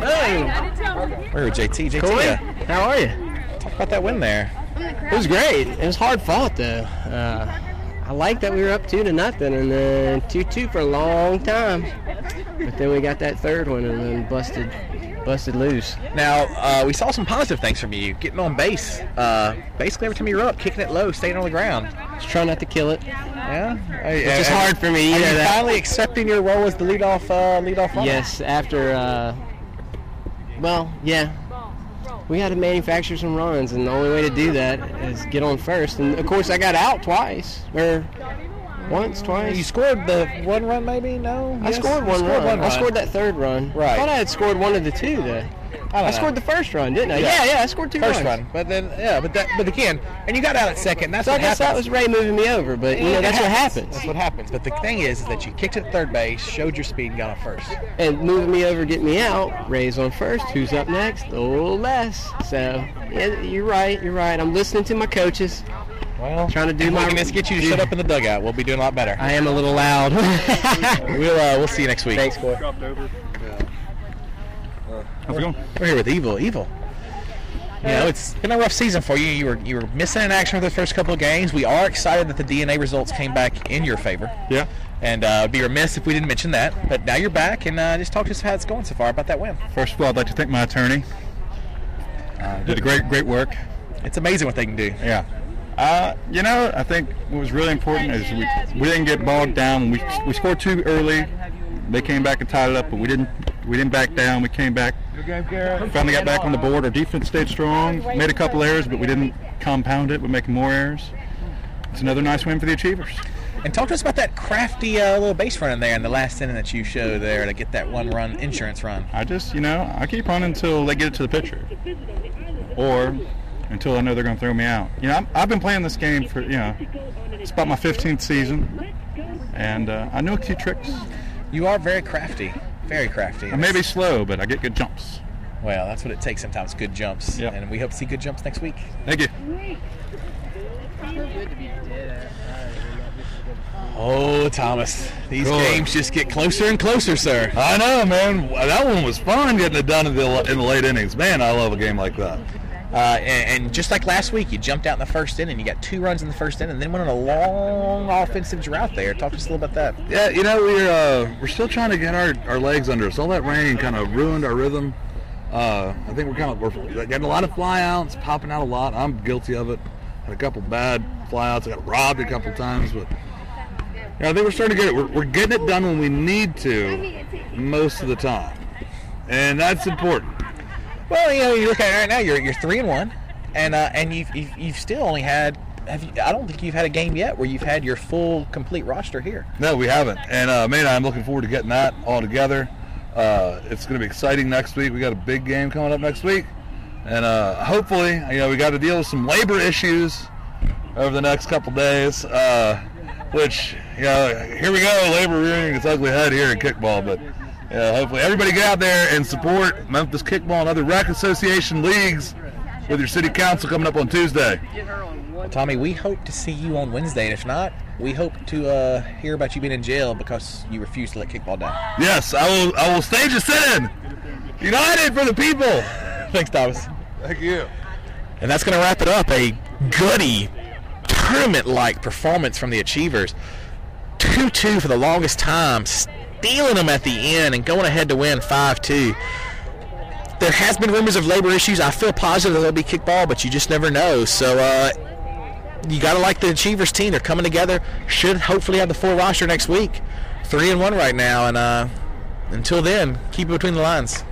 [SPEAKER 5] Hey,
[SPEAKER 4] I didn't tell him.
[SPEAKER 2] Where JT? JT,
[SPEAKER 5] Coy,
[SPEAKER 2] uh,
[SPEAKER 5] how are you?
[SPEAKER 2] talk about that win there.
[SPEAKER 4] I'm the crowd.
[SPEAKER 5] It was great. It was hard fought though. Uh,
[SPEAKER 6] I like that we were up two to nothing and then two two for a long time. But then we got that third one and then busted busted loose.
[SPEAKER 2] Now uh, we saw some positive things from you, getting on base. Uh, basically, every time you were up, kicking it low, staying on the ground.
[SPEAKER 6] Just try not to kill it.
[SPEAKER 2] Yeah,
[SPEAKER 6] Which is hard for me. You
[SPEAKER 2] Are
[SPEAKER 6] know
[SPEAKER 2] you
[SPEAKER 6] that.
[SPEAKER 2] finally accepting your role as the leadoff uh, leadoff runner?
[SPEAKER 6] Yes, after uh, well, yeah. We had to manufacture some runs, and the only way to do that is get on first. And of course, I got out twice, or once, twice.
[SPEAKER 2] You scored the one run, maybe? No,
[SPEAKER 6] I
[SPEAKER 2] Yes?
[SPEAKER 6] scored
[SPEAKER 2] You
[SPEAKER 6] one run. I
[SPEAKER 2] run.
[SPEAKER 6] scored that third run.
[SPEAKER 2] Right.
[SPEAKER 6] I thought I had scored one of the two though. I,
[SPEAKER 2] know.
[SPEAKER 6] scored the first run, didn't I? Yeah, yeah, I scored two
[SPEAKER 2] first
[SPEAKER 6] runs.
[SPEAKER 2] run, but then yeah, but that, but again, and you got out at second. That's
[SPEAKER 6] So I
[SPEAKER 2] what
[SPEAKER 6] guess
[SPEAKER 2] happens.
[SPEAKER 6] that was Ray moving me over, but you know
[SPEAKER 2] It
[SPEAKER 6] that's what happens.
[SPEAKER 2] That's what happens. But the thing is, is that you kicked it at third base, showed your speed, and got on first.
[SPEAKER 6] And moving me over, getting me out. Ray's on first. Who's up next? Oh, Les. So yeah, you're right. You're right. I'm listening to my coaches,
[SPEAKER 2] Well,
[SPEAKER 6] trying to do
[SPEAKER 2] if we
[SPEAKER 6] my.
[SPEAKER 2] can just get you to shut up in the dugout. We'll be doing a lot better.
[SPEAKER 6] I am a little loud.
[SPEAKER 2] We'll uh, we'll see you next week.
[SPEAKER 6] Thanks, boy.
[SPEAKER 5] How's it going?
[SPEAKER 2] We're here with Evil. Evil. You know, it's been a rough season for you. You were you were missing in action for the first couple of games. We are excited that the DNA results came back in your favor.
[SPEAKER 5] Yeah.
[SPEAKER 2] And uh, it'd be remiss if we didn't mention that. But now you're back, and uh, just talk to us how it's going so far about that win.
[SPEAKER 5] First of all, I'd like to thank my attorney. Uh, did a great, great work.
[SPEAKER 2] It's amazing what they can do.
[SPEAKER 5] Yeah. Uh, you know, I think what was really important is we, we didn't get bogged down. We, we scored two early. They came back and tied it up, but we didn't we didn't back down. We came back. Finally got back on the board. Our defense stayed strong. Made a couple errors, but we didn't compound it. We're making more errors. It's another nice win for the Achievers.
[SPEAKER 2] And talk to us about that crafty uh, little base run in there in the last inning that you showed there to get that one run insurance run.
[SPEAKER 5] I just, you know, I keep on until they get it to the pitcher, or until I know they're going to throw me out. You know, I'm, I've been playing this game for, you know, it's about my 15th season, and uh, I know a few tricks.
[SPEAKER 2] You are very crafty, very crafty.
[SPEAKER 5] I may be slow, but I get good jumps.
[SPEAKER 2] Well, that's what it takes sometimes. Good jumps,
[SPEAKER 5] Yep.
[SPEAKER 2] and we hope to see good jumps next week.
[SPEAKER 5] Thank you.
[SPEAKER 2] Oh, Thomas, these
[SPEAKER 5] Good.
[SPEAKER 2] games just get closer and closer, sir.
[SPEAKER 5] I know, man. That one was fun getting it done in the in the late innings. Man, I love a game like that.
[SPEAKER 2] Uh, and, and just like last week, you jumped out in the first inning, you got two runs in the first inning, and then went on a long offensive drought there. Talk to us a little about that.
[SPEAKER 7] Yeah, you know we're uh, we're still trying to get our, our legs under us. All that rain kind of ruined our rhythm. Uh, I think we're kind of we're getting a lot of flyouts, popping out a lot. I'm guilty of it. Had a couple bad flyouts. I got robbed a couple times, but yeah, I think we're starting to get it. We're, we're getting it done when we need to, most of the time, and that's important.
[SPEAKER 2] Well, you know, you look at it right now. You're you're three and one, and uh, and you've, you've you've still only had. Have you, I don't think you've had a game yet where you've had your full complete roster here.
[SPEAKER 7] No, we haven't. And uh, man, I'm looking forward to getting that all together. Uh, it's going to be exciting next week. We got a big game coming up next week, and uh, hopefully, you know, we got to deal with some labor issues over the next couple days. Uh, which, you know, here we go, labor rearing its ugly head here in kickball. But yeah, hopefully, everybody get out there and support Memphis Kickball and other rec association leagues with your city council coming up on Tuesday.
[SPEAKER 2] Well, Tommy, we hope to see you on Wednesday, and if not, we hope to uh, hear about you being in jail because you refused to let kickball die.
[SPEAKER 7] Yes, I will. I will stage a sit-in. United for the people.
[SPEAKER 2] Thanks, Thomas.
[SPEAKER 7] Thank you.
[SPEAKER 2] And that's going to wrap it up. A gutty, tournament like performance from the Achievers. 2 2 for the longest time, stealing them at the end and going ahead to win 5 2. There has been rumors of labor issues. I feel positive that there'll be kickball, but you just never know. So uh, you got to like the Achievers team. They're coming together. Should hopefully have the full roster next week. Three and one right now, and uh, until then, keep it between the lines.